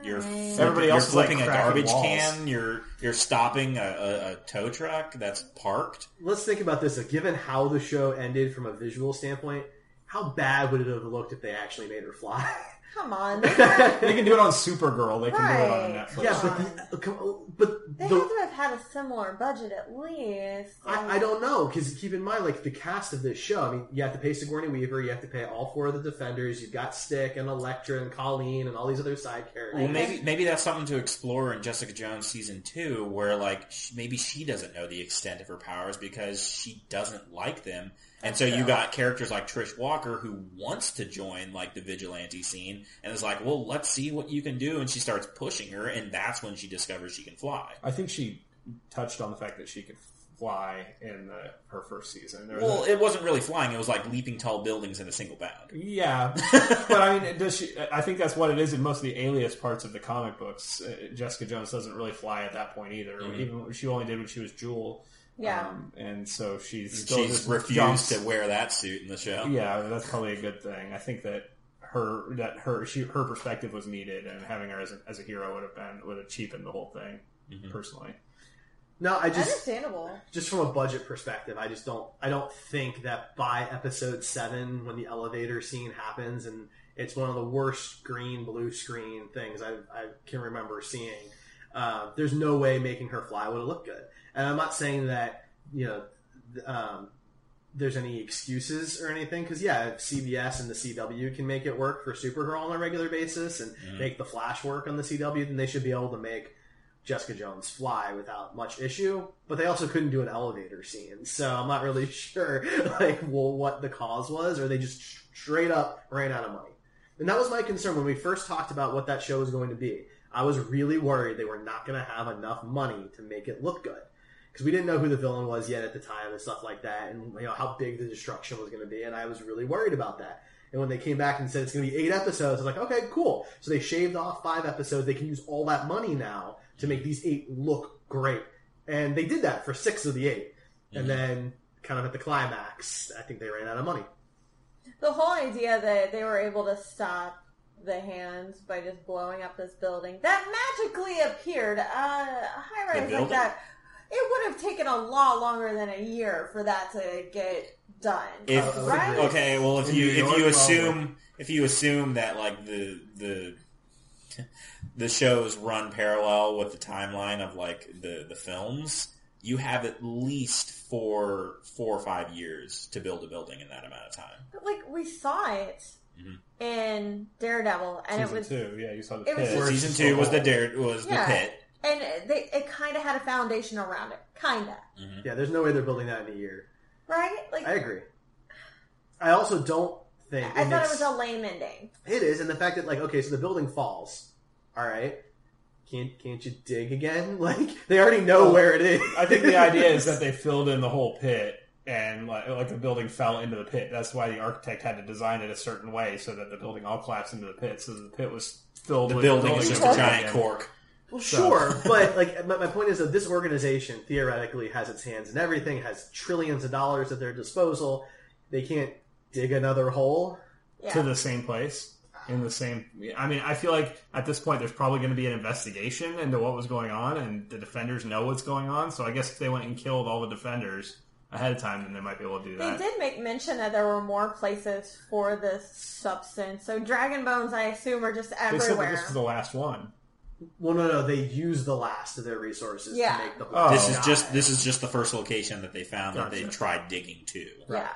Speaker 4: you're flipping-
Speaker 3: Everybody else
Speaker 4: you're
Speaker 3: is, like,
Speaker 4: flipping a
Speaker 3: cracking
Speaker 4: garbage
Speaker 3: walls.
Speaker 4: can. You're you're stopping a, a, a tow truck that's parked.
Speaker 1: Let's think about this. Given how the show ended from a visual standpoint, how bad would it have looked if they actually made her fly?
Speaker 2: Come on, they had,
Speaker 3: They can do it on Supergirl. They can do it
Speaker 2: Right.
Speaker 3: on Netflix.
Speaker 2: Yeah.
Speaker 1: but the, come- but
Speaker 2: they
Speaker 1: the-
Speaker 2: had to have had a similar budget at least.
Speaker 1: I, I don't know because keep in mind, like the cast of this show. I mean, you have to pay Sigourney Weaver, you have to pay all four of the Defenders. You've got Stick and Elektra and Colleen and all these other side
Speaker 4: Well,
Speaker 1: characters.
Speaker 4: maybe maybe that's something to explore in Jessica Jones season two, where like sh maybe she doesn't know the extent of her powers because she doesn't like them, and so you got characters like Trish Walker who wants to join like the vigilante scene and is like, well, let's see what you can do, and she starts pushing her, and that's when she discovers she can fly.
Speaker 3: I think she touched on the fact that she could fly in the, her first season. There was
Speaker 4: Well,
Speaker 3: a-
Speaker 4: it wasn't really flying; it was like leaping tall buildings in a single bound.
Speaker 3: yeah, but I mean, does she? I think that's what it is in most of the Alias parts of the comic books. Uh, Jessica Jones doesn't really fly at that point either. Even she only did when she was Jewel.
Speaker 2: Yeah.
Speaker 3: um, and so she's still
Speaker 4: She's
Speaker 3: just
Speaker 4: refused
Speaker 3: jumps-
Speaker 4: to wear that suit in the show.
Speaker 3: Yeah, that's probably a good thing. I think that her that her she her perspective was needed, and having her as a, as a hero would have been would have cheapened the whole thing. Personally,
Speaker 1: No, I just
Speaker 2: Understandable.
Speaker 1: just from a budget perspective, I just don't. I don't think that by episode seven, when the elevator scene happens, and it's one of the worst green blue screen things I, I can remember seeing. Uh, there's no way making her fly would have looked good. And I'm not saying that you know th- um, there's any excuses or anything because yeah, CBS and the CW can make it work for Supergirl on a regular basis and make the Flash work on the CW, then they should be able to make Jessica Jones fly without much issue. But they also couldn't do an elevator scene, so I'm not really sure like well, what the cause was, or they just straight up ran out of money. And that was my concern when we first talked about what that show was going to be. I was really worried they were not going to have enough money to make it look good because we didn't know who the villain was yet at the time and stuff like that, and you know how big the destruction was going to be, and I was really worried about that. And when they came back and said it's going to be eight episodes, I was like, okay, cool. So they shaved off five episodes. They can use all that money now to make these eight look great, and they did that for six of the 8 And then, kind of at the climax, I think they ran out of money.
Speaker 2: The whole idea that they were able to stop the hands by just blowing up this building that magically appeared, uh, high rise like
Speaker 4: building?
Speaker 2: that, it would have taken a lot longer than a year for that to get done.
Speaker 4: If
Speaker 2: right?
Speaker 4: okay, well if
Speaker 3: Uh, In
Speaker 4: you
Speaker 3: New
Speaker 4: if
Speaker 3: York,
Speaker 4: you
Speaker 3: probably.
Speaker 4: assume if you assume that like the the the shows run parallel with the timeline of like the the films, you have at least four four or five years to build a building in that amount of time.
Speaker 2: But, like we saw it in Daredevil, and
Speaker 3: season
Speaker 2: it was
Speaker 3: two. Yeah, you saw the
Speaker 2: it was
Speaker 3: pit.
Speaker 2: just-
Speaker 4: Season two was the dare was
Speaker 2: yeah,
Speaker 4: the pit.
Speaker 2: and it- they it kind of had a foundation around it, kind of
Speaker 1: Yeah, there's no way they're building that in a year.
Speaker 2: right. Like
Speaker 1: I agree. I also don't think.
Speaker 2: I
Speaker 1: and
Speaker 2: thought it
Speaker 1: it's-
Speaker 2: was a lame ending.
Speaker 1: It is, and the fact that like okay, so the building falls. All right, can't can't you dig again? Like they already know where it is.
Speaker 3: I think the idea is that they filled in the whole pit and like, like the building fell into the pit. That's why the architect had to design it a certain way so that the building all collapsed into the pit. So the pit was filled.
Speaker 4: The
Speaker 3: with
Speaker 4: building is just a
Speaker 3: building
Speaker 4: giant
Speaker 3: again.
Speaker 4: cork.
Speaker 1: well,
Speaker 3: so-
Speaker 1: sure, but like my, my point is that this organization theoretically has its hands in everything, has trillions of dollars at their disposal. They can't dig another hole.
Speaker 2: Yeah.
Speaker 3: to the same place in the same. I mean, I feel like at this point there's probably going to be an investigation into what was going on, and the defenders know what's going on. So I guess if they went and killed all the defenders ahead of time, then they might be able to do
Speaker 2: They
Speaker 3: that.
Speaker 2: did make mention that there were more places for this substance. So dragon bones, I assume, are just
Speaker 3: They said that
Speaker 2: everywhere.
Speaker 3: this was the last one.
Speaker 1: Well, no, no, they use the last of their resources
Speaker 2: Yeah.
Speaker 1: to make the
Speaker 3: Oh.
Speaker 4: This is just this is just the first location that they found that they
Speaker 3: Gotcha.
Speaker 4: tried digging to.
Speaker 2: yeah.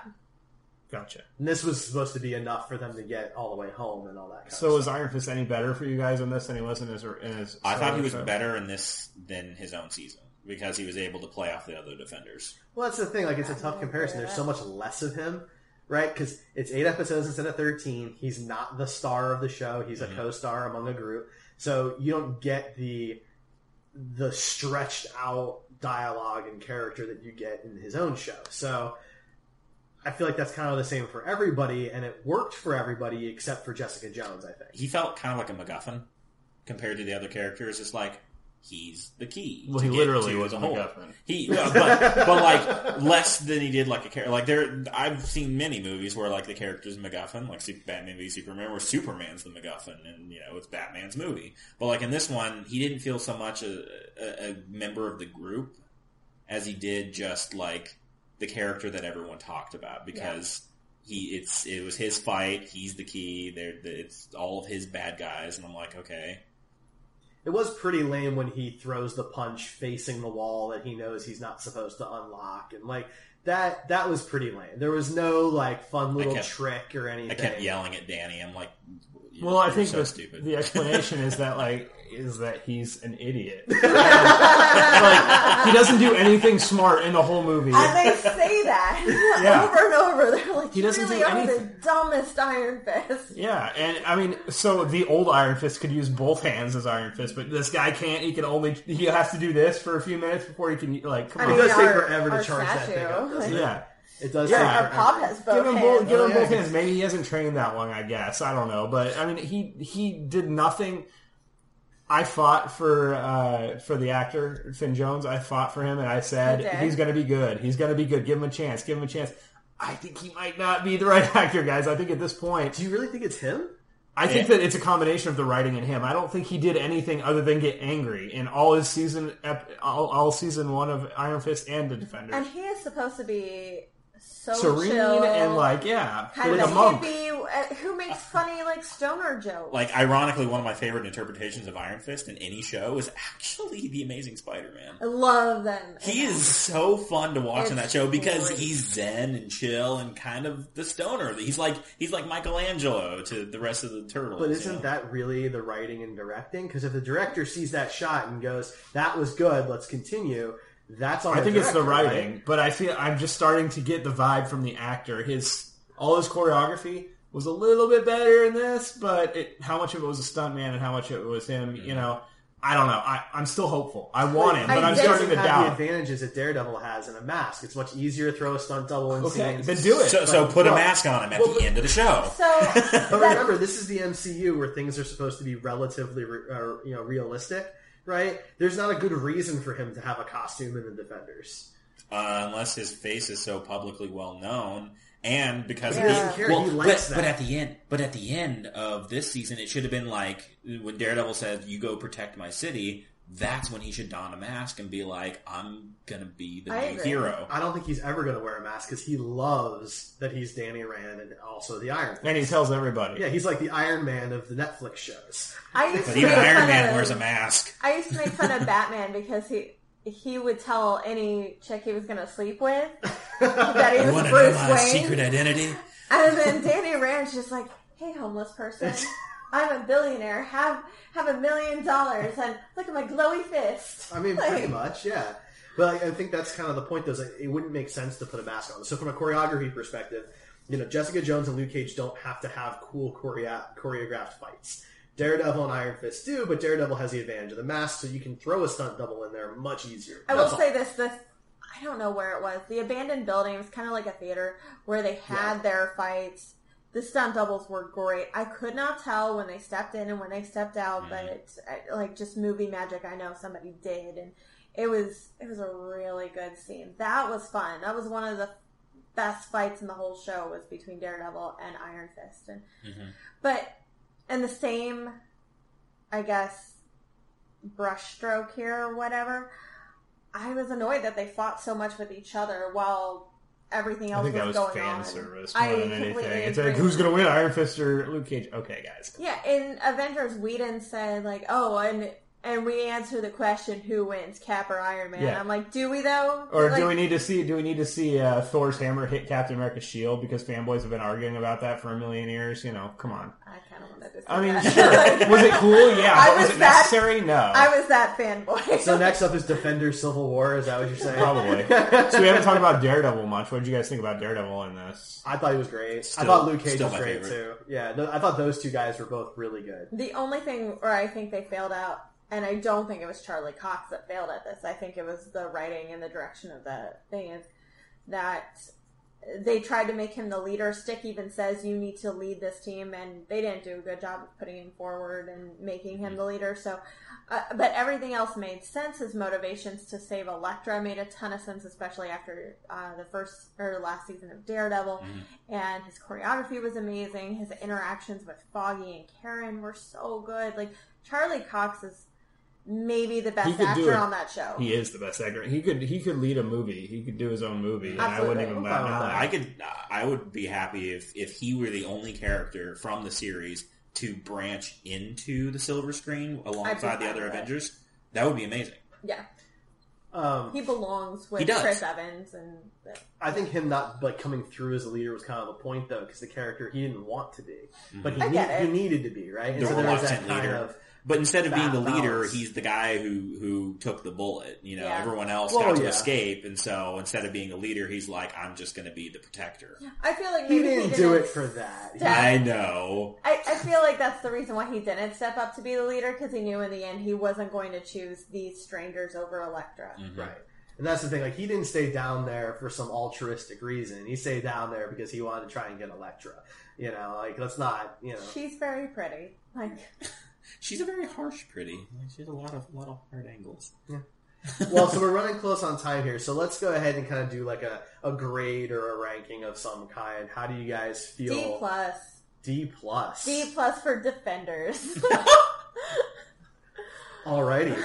Speaker 3: Gotcha.
Speaker 1: And this was supposed to be enough for them to get all the way home and all that. Kind
Speaker 3: So
Speaker 1: of
Speaker 3: is Iron Fist any better for you guys on this than he was in his? In his
Speaker 4: I thought he
Speaker 3: solo
Speaker 4: was
Speaker 3: show?
Speaker 4: better in this than his own season because he was able to play off the other defenders.
Speaker 1: Well, that's the thing. Like, it's a tough comparison. There's so much less of him, right? Because it's eight episodes instead of thirteen. He's not the star of the show. He's a co-star among a group, so you don't get the the stretched out dialogue and character that you get in his own show. So I feel like that's kind of the same for everybody, and it worked for everybody except for Jessica Jones. I think.
Speaker 4: he felt kind of like a MacGuffin compared to the other characters. It's like he's the key.
Speaker 3: Well,
Speaker 4: to
Speaker 3: he
Speaker 4: get
Speaker 3: literally
Speaker 4: to
Speaker 3: was
Speaker 4: the
Speaker 3: a
Speaker 4: whole.
Speaker 3: MacGuffin.
Speaker 4: He, well, but, but like less than he did like a character. Like there, I've seen many movies where like the character's a MacGuffin, like Super, Batman v Superman, where Superman's the MacGuffin, and you know it's Batman's movie. But like in this one, he didn't feel so much a, a, a member of the group as he did just like the character that everyone talked about because he it's it was his fight. He's the key. There, it's all of his bad guys, and I'm like, okay,
Speaker 1: It was pretty lame when he throws the punch facing the wall that he knows he's not supposed to unlock, and like that that was pretty lame. There was no like fun little
Speaker 4: kept-
Speaker 1: trick or anything.
Speaker 4: I kept yelling at Danny. I'm like, you're,
Speaker 3: Well, I
Speaker 4: you're
Speaker 3: think
Speaker 4: so
Speaker 3: the,
Speaker 4: stupid.
Speaker 3: the explanation is that like is that he's an idiot. like he doesn't do anything smart in the whole movie.
Speaker 2: And they say that
Speaker 3: Yeah.
Speaker 2: over and over. They're like,
Speaker 3: He
Speaker 2: you
Speaker 3: doesn't
Speaker 2: really
Speaker 3: do
Speaker 2: are the
Speaker 3: anything.
Speaker 2: dumbest Iron Fist.
Speaker 3: Yeah, and I mean, so the old Iron Fist could use both hands as Iron Fist, but this guy can't. He can only he has to do this for a few minutes before he can like come
Speaker 2: I
Speaker 3: on.
Speaker 1: It
Speaker 2: mean,
Speaker 1: does take
Speaker 2: our-
Speaker 1: forever to
Speaker 2: our
Speaker 1: charge that
Speaker 2: statue.
Speaker 1: thing up. doesn't it?
Speaker 3: yeah.
Speaker 1: It does.
Speaker 3: Yeah.
Speaker 1: take
Speaker 3: Our
Speaker 2: Our
Speaker 1: forever.
Speaker 2: pop has both
Speaker 3: Give him both.
Speaker 2: hands.
Speaker 3: Give him
Speaker 1: yeah.
Speaker 3: both hands. Maybe he hasn't trained that long. I guess I don't know, but I mean, he he did nothing. I fought for uh, for the actor Finn Jones. I fought for him, and I said
Speaker 2: Okay.
Speaker 3: he's going to be good. He's going to be good. Give him a chance. Give him a chance. I think he might not be the right actor, guys. I think at this point,
Speaker 1: Do you really think it's him?
Speaker 3: I think
Speaker 4: Yeah.
Speaker 3: that it's a combination of the writing and him. I don't think he did anything other than get angry in all his season, ep- all, all season one of Iron Fist and the Defenders,
Speaker 2: And he is supposed to be so
Speaker 3: serene
Speaker 2: chill,
Speaker 3: and like yeah,
Speaker 2: kind
Speaker 3: like
Speaker 2: of
Speaker 3: a monk.
Speaker 2: hippie uh, who makes funny like stoner jokes.
Speaker 4: like ironically, one of my favorite interpretations of Iron Fist in any show is actually the Amazing Spider-Man.
Speaker 3: Oh,
Speaker 2: I love them.
Speaker 4: He is so fun to watch in that
Speaker 2: It's
Speaker 4: show because
Speaker 2: great.
Speaker 4: he's zen and chill and kind of the stoner. He's like he's like Michelangelo to the rest of the turtles.
Speaker 1: But
Speaker 4: you
Speaker 1: isn't
Speaker 4: know?
Speaker 1: that really the writing and directing? Because if the director sees that shot and goes, "That was good, let's continue," that's on.
Speaker 3: I think it's the
Speaker 1: director, right?
Speaker 3: writing, but I feel I'm just starting to get the vibe from the actor. His all his choreography was a little bit better in this, but it, how much of it was a stuntman and how much of it was him, you know, I don't know. I, I'm still hopeful. I want him, but
Speaker 2: I
Speaker 3: I'm
Speaker 2: guess
Speaker 3: starting to
Speaker 2: you have
Speaker 1: have the
Speaker 3: doubt.
Speaker 1: advantages that Daredevil has in a mask. It's much easier to throw a stunt double in
Speaker 3: Okay,
Speaker 1: scenes.
Speaker 3: then do it.
Speaker 4: So, so put a
Speaker 3: Well,
Speaker 4: mask on him at
Speaker 3: well,
Speaker 4: the
Speaker 3: but-
Speaker 4: end of the show.
Speaker 2: So that-
Speaker 1: But remember, this is the MCU where things are supposed to be relatively, re- uh, you know, realistic, right? There's not a good reason for him to have a costume in the Defenders.
Speaker 4: uh, unless his face is so publicly well known. And because of
Speaker 2: Yeah.
Speaker 4: the-
Speaker 2: He doesn't
Speaker 1: care. He likes
Speaker 4: but,
Speaker 1: that.
Speaker 4: but at the end, but at the end of this season, it should have been like when Daredevil says, "You go protect my city." That's when he should don a mask and be like, "I'm gonna be the
Speaker 2: I
Speaker 4: new
Speaker 2: agree.
Speaker 4: hero."
Speaker 1: I don't think he's ever going to wear a mask because he loves that he's Danny Rand and also the Iron. Man.
Speaker 3: And he tells everybody.
Speaker 1: Yeah, he's like the Iron Man of the Netflix shows.
Speaker 2: I used
Speaker 4: But
Speaker 2: to
Speaker 4: even
Speaker 2: make
Speaker 4: Iron
Speaker 2: fun
Speaker 4: Man
Speaker 2: of,
Speaker 4: wears a mask.
Speaker 2: I used to make fun of Batman because he he would tell any chick he was going to sleep with that he
Speaker 4: You
Speaker 2: was
Speaker 4: want to know
Speaker 2: Bruce
Speaker 4: my
Speaker 2: Wayne,
Speaker 4: secret identity?
Speaker 2: and then Danny Rand's just like, "Hey, homeless person." I'm a billionaire. Have have a million dollars, and look at my glowy fist.
Speaker 1: I mean,
Speaker 2: Like,
Speaker 1: pretty much, yeah. But like, I think that's kind of the point. Though, is like, it wouldn't make sense to put a mask on. So, from a choreography perspective, you know, Jessica Jones and Luke Cage don't have to have cool choreo- choreographed fights. Daredevil and Iron Fist do, but Daredevil has the advantage of the mask, so you can throw a stunt double in there much easier.
Speaker 2: I
Speaker 1: That's
Speaker 2: will
Speaker 1: all.
Speaker 2: say this: this I don't know where it was. The abandoned building was kind of like a theater where they had their fights. The stunt doubles were great. I could not tell when they stepped in and when they stepped out, but it's I- like just movie magic. I know somebody did, and it was it was a really good scene. That was fun. That was one of the best fights in the whole show was between Daredevil and Iron Fist, and but and the same, I guess, brushstroke here or whatever. I was annoyed that they fought so much with each other while everything
Speaker 3: I
Speaker 2: else
Speaker 3: think that
Speaker 2: was,
Speaker 3: was
Speaker 2: going
Speaker 3: fan
Speaker 2: on.
Speaker 3: service more
Speaker 2: I
Speaker 3: than
Speaker 2: completely
Speaker 3: anything. It's
Speaker 2: agree.
Speaker 3: like, who's going to win, Iron Fist or Luke Cage? Okay, guys.
Speaker 2: Yeah, in Avengers, Whedon said like, "Oh, and and we answer the question, who wins, Cap or Iron Man?"
Speaker 3: Yeah.
Speaker 2: I'm like, "Do we though?
Speaker 3: Or do
Speaker 2: Like,
Speaker 3: we need to see? Do we need to see uh, Thor's hammer hit Captain America's shield? Because fanboys have been arguing about that for a million years. You know, come on.
Speaker 2: I kind of wanted to. Say
Speaker 3: I mean,
Speaker 2: that.
Speaker 3: sure. was it cool? Yeah.
Speaker 2: I
Speaker 3: But was,
Speaker 2: was
Speaker 3: it
Speaker 2: that-
Speaker 3: necessary? No.
Speaker 2: I was that fanboy.
Speaker 1: So next up is Defender Civil War. Is that what you're saying?
Speaker 3: Probably. so we haven't talked about Daredevil much. What did you guys think about Daredevil in this?
Speaker 1: I thought he was great.
Speaker 4: Still-
Speaker 1: I thought Luke Cage
Speaker 4: still
Speaker 1: was
Speaker 4: my
Speaker 1: great
Speaker 4: favorite.
Speaker 1: too. Yeah, no, I thought those two guys were both really good.
Speaker 2: The only thing where I think they failed out, and I don't think it was Charlie Cox that failed at this. I think it was the writing and the direction of the thing is that they tried to make him the leader. Stick even says you need to lead this team, and they didn't do a good job of putting him forward and making
Speaker 3: Mm-hmm.
Speaker 2: him the leader. So, uh, but everything else made sense. His motivations to save Elektra made a ton of sense, especially after uh, the first or last season of Daredevil.
Speaker 3: Mm-hmm.
Speaker 2: And his choreography was amazing. His interactions with Foggy and Karen were so good. Like Charlie Cox is maybe the best
Speaker 3: could do
Speaker 2: actor
Speaker 3: it.
Speaker 2: on that show.
Speaker 3: He is the best actor. He could he could lead a movie. He could do his own movie, and I
Speaker 2: Absolutely.
Speaker 3: wouldn't even
Speaker 2: I'm
Speaker 3: bat
Speaker 1: fine
Speaker 3: an
Speaker 1: with
Speaker 3: eye.
Speaker 4: I could, I would be happy if if he were the only character from the series to branch into the silver screen alongside the
Speaker 2: fine
Speaker 4: other
Speaker 2: with that.
Speaker 4: Avengers. That would be amazing.
Speaker 2: Yeah,
Speaker 1: Um,
Speaker 2: he belongs with
Speaker 4: He does.
Speaker 2: Chris Evans and.
Speaker 1: I think him not like coming through as a leader was kind of the point though, because the character he didn't want to be, but he,
Speaker 2: I get
Speaker 1: need-
Speaker 2: it.
Speaker 1: he needed to be right. And
Speaker 4: Mm-hmm. The
Speaker 1: so there was that
Speaker 4: reluctant
Speaker 1: kind
Speaker 4: leader.
Speaker 1: of
Speaker 4: But instead of being the
Speaker 1: Ba-
Speaker 4: leader,
Speaker 1: balance.
Speaker 4: he's the guy who who took the bullet. You know,
Speaker 2: Yeah.
Speaker 4: everyone else
Speaker 1: Well,
Speaker 4: got to
Speaker 1: yeah.
Speaker 4: escape, and so instead of being a leader, he's like, "I'm just going to be the protector."
Speaker 2: I feel like maybe
Speaker 1: he didn't do it for that. He-
Speaker 2: Yeah.
Speaker 4: I know.
Speaker 2: I, I feel like that's the reason why he didn't step up to be the leader because he knew in the end he wasn't going to choose these strangers over Elektra.
Speaker 1: Right. And that's the thing. Like he didn't stay down there for some altruistic reason. He stayed down there because he wanted to try and get Elektra. You know, like let's not. You know,
Speaker 4: Mm-hmm.
Speaker 2: She's very pretty. Like,
Speaker 4: She's a very harsh pretty. Like, She has a lot of lot of hard angles.
Speaker 1: well, so we're running close on time here. So let's go ahead and kind of do like a, a grade or a ranking of some kind. How do you guys feel?
Speaker 2: D plus.
Speaker 1: D plus.
Speaker 2: D plus for defenders.
Speaker 1: Alrighty.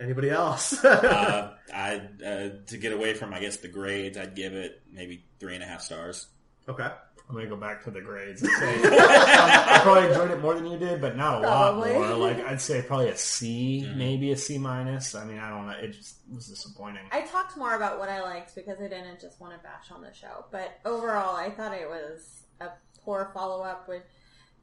Speaker 1: Anybody else?
Speaker 4: uh, I uh, to get away from I guess the grades, I'd give it maybe three and a half stars.
Speaker 1: okay.
Speaker 3: I'm gonna go back to the grades. and say- I probably enjoyed it more than you did, but not a
Speaker 2: Probably.
Speaker 3: lot more. Like I'd say probably a C, maybe a C minus. I mean, I don't know. It just was disappointing.
Speaker 2: I talked more about what I liked because I didn't just want to bash on the show. But overall, I thought it was a poor follow up with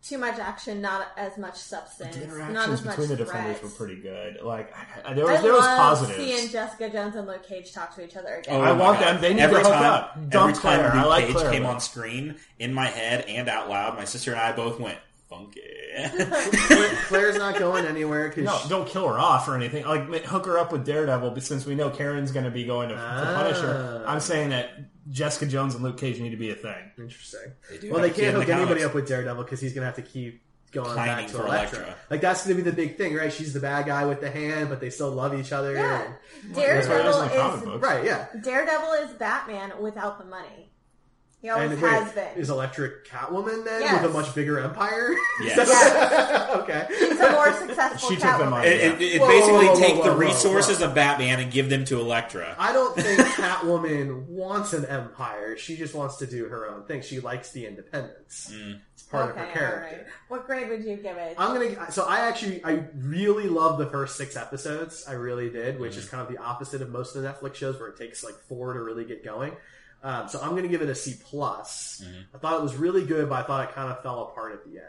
Speaker 2: too much action, not as much substance,
Speaker 3: The
Speaker 2: not
Speaker 3: interactions
Speaker 2: as much
Speaker 3: between the
Speaker 2: threat.
Speaker 3: defenders were pretty good. Like I- I- there was
Speaker 2: I
Speaker 3: there was
Speaker 2: love
Speaker 3: positives.
Speaker 2: seeing Jessica Jones and Luke Cage talk to each other again.
Speaker 4: Oh
Speaker 3: I
Speaker 4: my
Speaker 3: want
Speaker 4: God.
Speaker 3: them. They need
Speaker 4: every
Speaker 3: to hook
Speaker 4: time,
Speaker 3: up. Dump
Speaker 4: Every time
Speaker 3: Claire.
Speaker 4: Luke
Speaker 3: I like
Speaker 4: Cage
Speaker 3: Claire,
Speaker 4: came
Speaker 3: but-
Speaker 4: on screen, in my head and out loud, my sister and I both went funky.
Speaker 1: Claire- Claire's not going anywhere because
Speaker 3: No, don't kill her off or anything. Like ma- hook her up with Daredevil, but since we know Karen's going to be going to, to punish her,
Speaker 1: Ah.
Speaker 3: I'm saying that Jessica Jones and Luke Cage need to be a thing.
Speaker 1: interesting.
Speaker 4: do
Speaker 1: well, they
Speaker 4: have a kid
Speaker 1: can't
Speaker 4: in the
Speaker 1: hook anybody
Speaker 4: comics.
Speaker 1: up with Daredevil because he's gonna have to keep going
Speaker 4: Pining
Speaker 1: back to
Speaker 4: for
Speaker 1: Elektra.
Speaker 4: Elektra.
Speaker 1: Like that's gonna be the big thing, right? She's the bad guy with the hand, but they still love each other.
Speaker 2: Yeah.
Speaker 3: That's
Speaker 2: Daredevil
Speaker 3: in the comic
Speaker 2: is
Speaker 3: books.
Speaker 1: Right. Yeah.
Speaker 2: Daredevil is Batman without the money. He always
Speaker 1: And
Speaker 2: has
Speaker 1: wait,
Speaker 2: been.
Speaker 1: is Electric Catwoman then
Speaker 2: Yes.
Speaker 1: with a much bigger empire?
Speaker 4: Yes.
Speaker 1: okay.
Speaker 2: He's a more successful
Speaker 3: She took the
Speaker 2: Catwoman.
Speaker 3: money.
Speaker 4: It, it, it
Speaker 1: Whoa,
Speaker 4: basically
Speaker 1: whoa, whoa,
Speaker 4: take
Speaker 1: whoa,
Speaker 4: the
Speaker 1: whoa, whoa,
Speaker 4: resources of Batman and give them to Elektra.
Speaker 1: I don't think Catwoman wants an empire. She just wants to do her own thing. She likes the independence.
Speaker 4: Mm.
Speaker 1: It's part
Speaker 2: Okay,
Speaker 1: of her
Speaker 2: all
Speaker 1: character.
Speaker 2: right. What grade would you give it?
Speaker 1: I'm gonna. So I actually, I really love the first six episodes. I really did, which is kind of the opposite of most of the Netflix shows, where it takes like four to really get going. Um, so I'm gonna give it a C plus. I thought it was really good, but I thought it kind of fell apart at the end.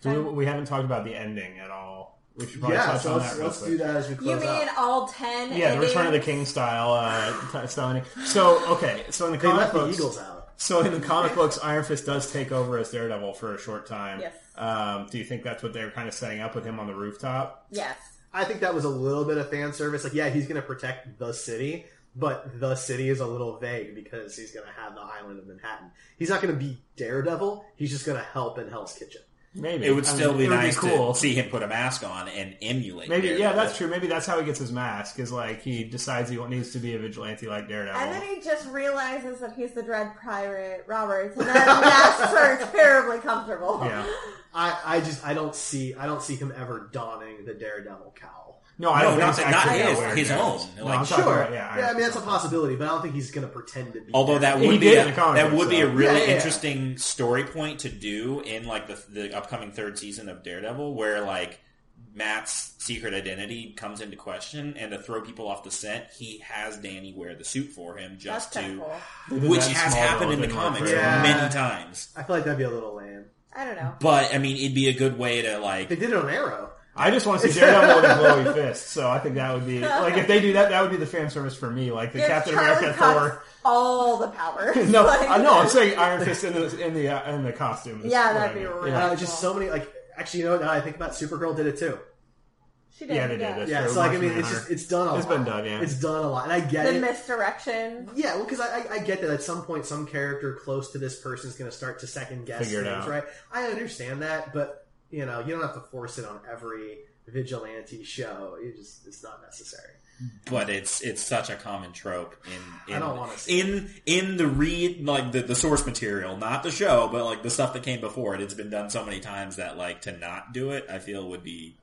Speaker 3: So we, we haven't talked about the ending at all. We should probably
Speaker 1: Yeah,
Speaker 3: touch
Speaker 1: so
Speaker 3: on
Speaker 1: let's,
Speaker 3: that real
Speaker 1: let's
Speaker 3: quick.
Speaker 1: do that as we
Speaker 2: you
Speaker 1: close
Speaker 2: mean
Speaker 1: out.
Speaker 2: all ten?
Speaker 3: Yeah, the
Speaker 2: endings?
Speaker 3: Return of the King style uh, t- style ending. So okay, so in the
Speaker 1: They
Speaker 3: comic
Speaker 1: left the
Speaker 3: books,
Speaker 1: Eagles out.
Speaker 3: so in the comic books, Iron Fist does take over as Daredevil for a short time.
Speaker 2: Yes.
Speaker 3: Um, do you think that's what they're kind of setting up with him on the rooftop?
Speaker 2: Yes.
Speaker 1: I think that was a little bit of fan service. Like, yeah, he's going to protect the city, but the city is a little vague because he's going to have the island of Manhattan. He's not going to be Daredevil. He's just going to help in Hell's Kitchen.
Speaker 3: Maybe
Speaker 4: It would
Speaker 3: I mean,
Speaker 4: still be
Speaker 3: it would
Speaker 4: nice
Speaker 3: cool.
Speaker 4: to see him put a mask on and emulate.
Speaker 3: Maybe yeah,
Speaker 4: Daredevil.
Speaker 3: that's true. Maybe that's how he gets his mask. Is like he decides he needs to be a vigilante like Daredevil.
Speaker 2: And then he just realizes that he's the Dread Pirate Roberts, and then masks are terribly comfortable.
Speaker 3: yeah.
Speaker 1: I, I just I don't see I don't see him ever donning the Daredevil cowl.
Speaker 3: No, I
Speaker 4: No,
Speaker 3: don't
Speaker 4: not
Speaker 3: think
Speaker 4: that-
Speaker 3: it's actually
Speaker 4: not
Speaker 3: gonna
Speaker 4: his-
Speaker 3: wear
Speaker 4: his
Speaker 3: Daredevil.
Speaker 4: own.
Speaker 3: No,
Speaker 4: Like,
Speaker 3: I'm talking
Speaker 1: Sure,
Speaker 3: about- yeah,
Speaker 1: yeah, I mean that's a possibility, but I don't think he's going to pretend to be.
Speaker 4: Although that
Speaker 3: He
Speaker 4: would be
Speaker 3: did
Speaker 4: a,
Speaker 3: in the comic
Speaker 4: that
Speaker 3: book,
Speaker 4: would be a
Speaker 3: so.
Speaker 4: really
Speaker 1: Yeah, yeah, yeah.
Speaker 4: interesting story point to do in like the the upcoming third season of Daredevil, where like Matt's secret identity comes into question, and to throw people off the scent, he has Danny wear the suit for him
Speaker 2: That's
Speaker 4: just
Speaker 2: kind of
Speaker 4: to,
Speaker 2: cool.
Speaker 4: which
Speaker 3: That
Speaker 4: has
Speaker 3: small
Speaker 4: happened in the
Speaker 3: didn't work
Speaker 4: comics
Speaker 3: very
Speaker 1: well. Yeah.
Speaker 4: many times.
Speaker 1: I feel like that'd be a little lame.
Speaker 2: I don't know.
Speaker 4: But I mean, it'd be a good way to like
Speaker 1: They did it on Arrow.
Speaker 3: I just want to see Daredevil with a glowy fist. So I think that would be like if they do that, that would be the fan service for me. Like the
Speaker 2: Give
Speaker 3: Captain
Speaker 2: Charlie
Speaker 3: America,
Speaker 2: Cox
Speaker 3: Thor.
Speaker 2: all the power.
Speaker 3: No,
Speaker 2: Like-
Speaker 3: I know. I'm saying Iron Fist in the in the uh, in the costume. is
Speaker 2: Yeah,
Speaker 3: what
Speaker 2: that'd
Speaker 3: I
Speaker 2: be
Speaker 3: mean.
Speaker 2: really-
Speaker 3: Yeah.
Speaker 1: Uh, just so many like actually, you know what? Now I think about it, Supergirl did it too.
Speaker 2: She did.
Speaker 3: Yeah, they did. That's
Speaker 1: Yeah,
Speaker 3: true.
Speaker 1: so like I
Speaker 3: Martian
Speaker 1: mean, it's
Speaker 3: Manhunter.
Speaker 1: just it's done a
Speaker 3: It's
Speaker 1: lot.
Speaker 3: been done, yeah.
Speaker 1: It's done a lot, and I get
Speaker 2: The
Speaker 1: it.
Speaker 2: misdirection.
Speaker 1: Yeah, well, because I, I, I get that at some point, some character close to this person is going to start to second guess
Speaker 3: Figure it
Speaker 1: things,
Speaker 3: out.
Speaker 1: right? I understand that, but you know, you don't have to force it on every vigilante show. You just, it's not necessary.
Speaker 4: but it's it's such a common trope in in
Speaker 1: I don't wanna see
Speaker 4: in, in the read like the, the source material, not the show, but like the stuff that came before it. It's been done so many times that like to not do it, I feel would be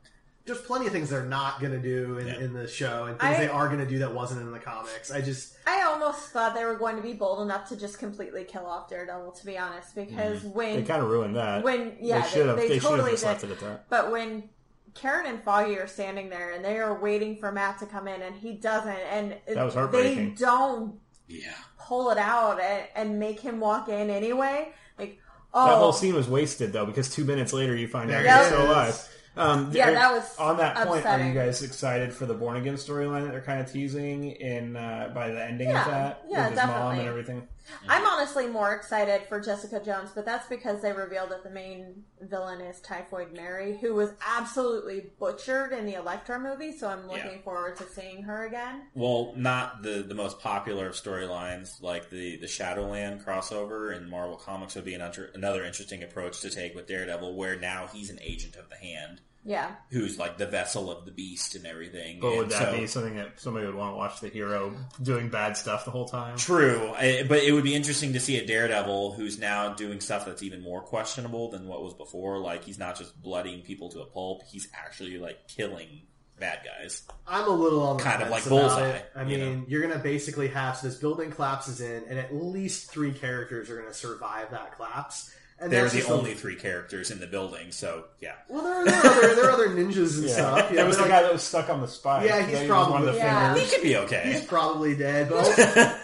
Speaker 1: there's plenty of things they're not going to do in,
Speaker 4: Yeah.
Speaker 1: in the show, and things
Speaker 2: I-
Speaker 1: they are going to do that wasn't in the comics. I just
Speaker 2: I almost thought they were going to be bold enough to just completely kill off Daredevil, to be honest, because
Speaker 3: Mm-hmm. They
Speaker 2: when
Speaker 3: kind of ruined that.
Speaker 2: when yeah,
Speaker 3: they
Speaker 2: they,
Speaker 3: should have.
Speaker 2: they
Speaker 3: They, should have
Speaker 2: totally
Speaker 3: just
Speaker 2: did.
Speaker 3: left it at that.
Speaker 2: But when Karen and Foggy are standing there and they are waiting for Matt to come in, and he doesn't, and it-
Speaker 3: That was
Speaker 2: they
Speaker 3: heartbreaking.
Speaker 2: don't
Speaker 4: Yeah.
Speaker 2: pull it out and, and make him walk in anyway. Like,
Speaker 3: That
Speaker 2: oh,
Speaker 3: whole scene was wasted though because two minutes later you find out
Speaker 1: There
Speaker 2: it
Speaker 3: he's still
Speaker 1: is.
Speaker 3: alive. Um,
Speaker 2: Yeah,
Speaker 3: there-
Speaker 2: that was
Speaker 3: on that point. Are
Speaker 2: upsetting.
Speaker 3: you guys excited for the Born Again storyline that they're kind of teasing in uh, by the ending
Speaker 2: Yeah,
Speaker 3: of that
Speaker 2: yeah,
Speaker 3: with his mom
Speaker 2: definitely.
Speaker 3: and everything?
Speaker 2: I'm honestly more excited for Jessica Jones, but that's because they revealed that the main villain is Typhoid Mary, who was absolutely butchered in the Electra movie. So I'm looking
Speaker 4: Yeah.
Speaker 2: forward to seeing her again.
Speaker 4: Well, not the, the most popular of storylines, like the, the Shadowland crossover in Marvel Comics would be an unter- another interesting approach to take with Daredevil, where now he's an agent of the hand,
Speaker 2: Yeah,
Speaker 4: who's like the vessel of the beast and everything.
Speaker 3: But would
Speaker 4: And
Speaker 3: that
Speaker 4: so-
Speaker 3: be something that somebody would want to watch the hero doing bad stuff the whole time?
Speaker 4: True, I, but it would be interesting to see a Daredevil who's now doing stuff that's even more questionable than what was before. Like he's not just bloodying people to a pulp; he's actually like killing bad guys.
Speaker 1: I'm a little on the
Speaker 4: Kind of
Speaker 1: fence
Speaker 4: like
Speaker 1: about
Speaker 4: Bullseye,
Speaker 1: it. I
Speaker 4: you
Speaker 1: mean,
Speaker 4: know?
Speaker 1: you're going to basically have so this building collapses in, and at least three characters are going to survive that collapse. And
Speaker 4: They're
Speaker 1: that's
Speaker 4: the
Speaker 1: just
Speaker 4: only three characters in the building, so yeah.
Speaker 1: Well, there are, there are other there are other ninjas and stuff. You know,
Speaker 3: There was
Speaker 1: but
Speaker 3: the guy that was stuck on the spike.
Speaker 1: Yeah, he's
Speaker 3: That was
Speaker 1: probably-
Speaker 3: one of the
Speaker 2: Yeah.
Speaker 3: fingers.
Speaker 4: He could be
Speaker 1: he's
Speaker 4: okay.
Speaker 1: probably dead. But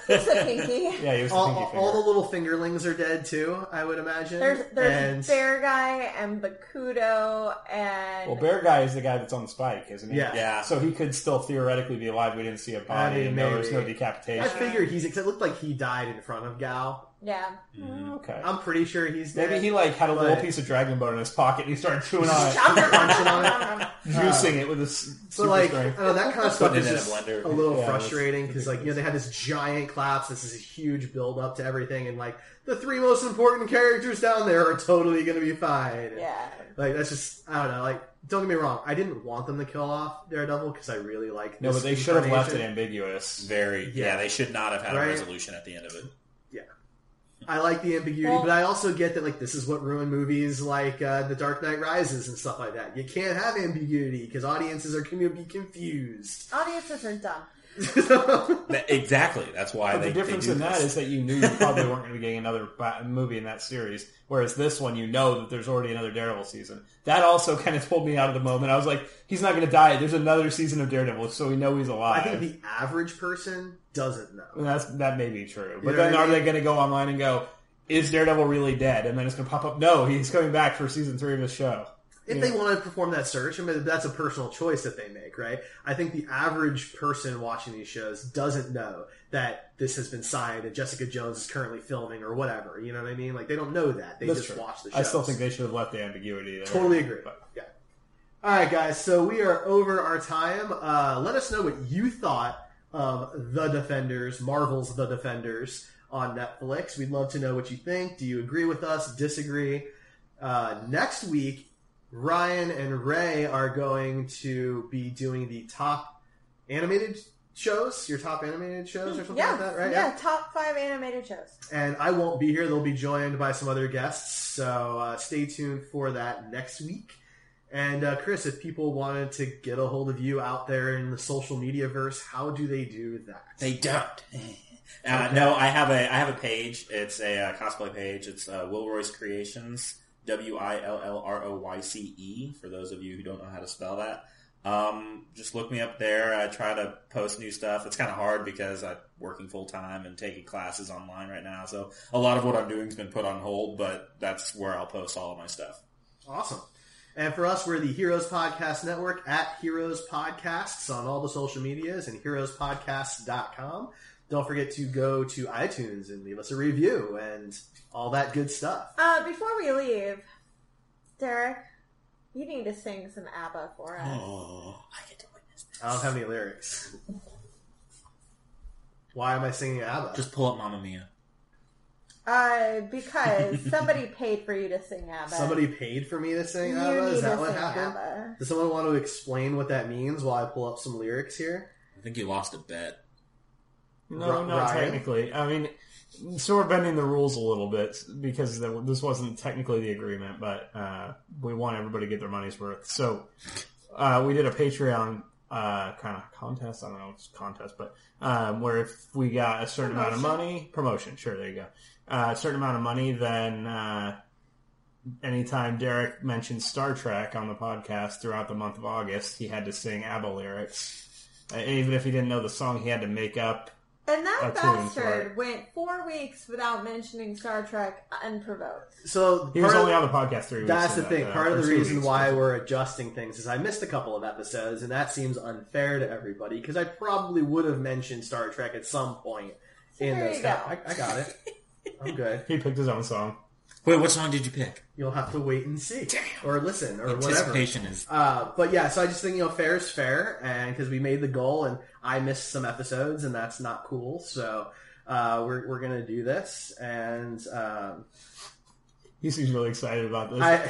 Speaker 2: it's a pinky.
Speaker 3: Yeah, he was the
Speaker 1: all, all,
Speaker 3: pinky
Speaker 1: all,
Speaker 3: finger.
Speaker 1: the little fingerlings are dead too. I would imagine.
Speaker 2: There's
Speaker 1: and
Speaker 2: there's Bear Guy and Bakudo and
Speaker 3: well, bear guy is the guy that's on the spike, isn't he?
Speaker 1: Yeah.
Speaker 4: Yeah.
Speaker 3: So he could still theoretically be alive. We didn't see a body,
Speaker 1: mean,
Speaker 3: and there was no
Speaker 1: maybe.
Speaker 3: decapitation.
Speaker 1: I figure he's. It looked like he died in front of Gal.
Speaker 2: yeah.
Speaker 3: okay.
Speaker 1: I'm pretty sure he's dead.
Speaker 3: Maybe he like had a little
Speaker 1: But-
Speaker 3: piece of dragon bone in his pocket and he started chewing on it,
Speaker 1: punching on it.
Speaker 3: juicing it with his
Speaker 1: So
Speaker 3: super
Speaker 1: like, I
Speaker 3: strength.
Speaker 1: don't know, that kind of stuff
Speaker 4: Putting
Speaker 1: is
Speaker 4: it in a
Speaker 1: just a,
Speaker 4: blender.
Speaker 1: little
Speaker 3: Yeah,
Speaker 1: frustrating because like you know they had this giant collapse. This is a huge build up to everything, and like the three most important characters down there are totally going to be fine.
Speaker 2: Yeah.
Speaker 1: Like that's just I don't know. Like don't get me wrong, I didn't want them to kill off Daredevil because I really like.
Speaker 3: No,
Speaker 1: this
Speaker 3: but they should have left it
Speaker 1: incarnation.
Speaker 3: ambiguous.
Speaker 4: Very, yeah.
Speaker 1: Yeah.
Speaker 4: They should not have had
Speaker 1: Right.
Speaker 4: a resolution at the end of it.
Speaker 1: I like the ambiguity,
Speaker 2: Well-
Speaker 1: but I also get that like this is what ruined movies like uh, The Dark Knight Rises and stuff like that. You can't have ambiguity because audiences are going to be confused.
Speaker 2: Audiences are dumb.
Speaker 4: That- exactly. That's why
Speaker 3: But
Speaker 4: they,
Speaker 3: the difference
Speaker 4: they do
Speaker 3: in that
Speaker 4: this.
Speaker 3: is that you knew you probably weren't going to be getting another ba- movie in that series, whereas this one you know that there's already another Daredevil season. That also kind of pulled me out of the moment. I was like, he's not going to die. There's another season of Daredevil, so we know he's
Speaker 1: I
Speaker 3: alive.
Speaker 1: think the average person doesn't know.
Speaker 3: And that's that may be true, but
Speaker 1: know
Speaker 3: then
Speaker 1: what I
Speaker 3: are
Speaker 1: mean?
Speaker 3: they going to go online and go, "Is Daredevil really dead?" And then it's going to pop up, "No, he's coming back for season three of the show."
Speaker 1: If
Speaker 3: Yeah.
Speaker 1: they want to perform that search, I mean, that's a personal choice that they make, right? I think the average person watching these shows doesn't know that this has been signed and Jessica Jones is currently filming or whatever. You know what I mean? Like, they don't know that. They
Speaker 3: That's
Speaker 1: just
Speaker 3: true.
Speaker 1: watch the show.
Speaker 3: I still think they should have left the ambiguity. There.
Speaker 1: Totally agree.
Speaker 3: But
Speaker 1: Yeah. All right, guys. So we are over our time. Uh, let us know what you thought of The Defenders, Marvel's The Defenders on Netflix. We'd love to know what you think. Do you agree with us? Disagree? Uh, next week, Ryan and Ray are going to be doing the top animated shows, your top animated shows or something
Speaker 2: Hmm, Yeah,
Speaker 1: like that, right?
Speaker 2: yeah. Top five animated shows.
Speaker 1: and I won't be here. They'll be joined by some other guests, so uh, stay tuned for that next week. And uh, Chris, if people wanted to get a hold of you out there in the social media verse, how do they do that?
Speaker 4: They don't. Uh, no, I have a I have a page. It's a uh, cosplay page. It's uh, Will Royce Creations. W i l l r o y c e. For those of you who don't know how to spell that, um, just look me up there. I try to post new stuff. It's kind of hard because I'm working full time and taking classes online right now. So a lot of what I'm doing has been put on hold. But that's where I'll post all of my stuff.
Speaker 1: Awesome. And for us, we're the Heroes Podcast Network at Heroes Podcasts on all the social medias and heroespodcasts.com. Don't forget to go to iTunes and leave us a review and all that good stuff.
Speaker 2: Uh, before we leave, Derek, you need to sing some ABBA for us.
Speaker 4: Oh, I get to witness this.
Speaker 1: I don't have any lyrics. Why am I singing ABBA?
Speaker 4: Just pull up Mamma Mia.
Speaker 2: Uh, because somebody paid for you to sing ABBA.
Speaker 1: Somebody paid for me to sing
Speaker 2: You
Speaker 1: ABBA?
Speaker 2: need
Speaker 1: Is that
Speaker 2: to
Speaker 1: what
Speaker 2: sing
Speaker 1: happened?
Speaker 2: ABBA.
Speaker 1: Does someone want to explain what that means while I pull up some lyrics here?
Speaker 4: I think you lost a bet.
Speaker 3: no,
Speaker 1: Ri-
Speaker 3: not
Speaker 1: Ryan?
Speaker 3: technically. I mean, so we're bending the rules a little bit because the, this wasn't technically the agreement, but uh, we want everybody to get their money's worth. So uh, we did a Patreon uh, kind of contest. I don't know if it's a contest, but um, where if we got a certain amount of money, promotion. Sure, there you go. Uh, a certain amount of money, then uh, anytime Derek mentioned Star Trek on the podcast throughout the month of August, he had to sing ABBA lyrics. Uh, even if he didn't know the song, he had to make up.
Speaker 2: And that
Speaker 3: That's what it's
Speaker 2: bastard
Speaker 3: like.
Speaker 2: went four weeks without mentioning Star Trek unprovoked.
Speaker 1: So
Speaker 3: He was
Speaker 1: part of-
Speaker 3: only on the podcast three weeks.
Speaker 1: That's the
Speaker 3: so that-
Speaker 1: thing.
Speaker 3: uh,
Speaker 1: Part of
Speaker 3: or
Speaker 1: the
Speaker 3: two
Speaker 1: reason
Speaker 3: weeks.
Speaker 1: why we're adjusting things is I missed a couple of episodes, and that seems unfair to everybody because I probably would have mentioned Star Trek at some point in
Speaker 2: there
Speaker 1: those.
Speaker 2: you go.
Speaker 1: I, I got it. I'm good.
Speaker 3: he picked his own song.
Speaker 4: Wait, what song did you pick?
Speaker 1: You'll have to wait and see, or listen, or whatever.
Speaker 4: Anticipation is.
Speaker 1: Uh, but yeah, so I just think you know, fair is fair, and because we made the goal, and I missed some episodes, and that's not cool. So uh, we're we're gonna do this, and um,
Speaker 3: He seems really excited about this. I,
Speaker 1: I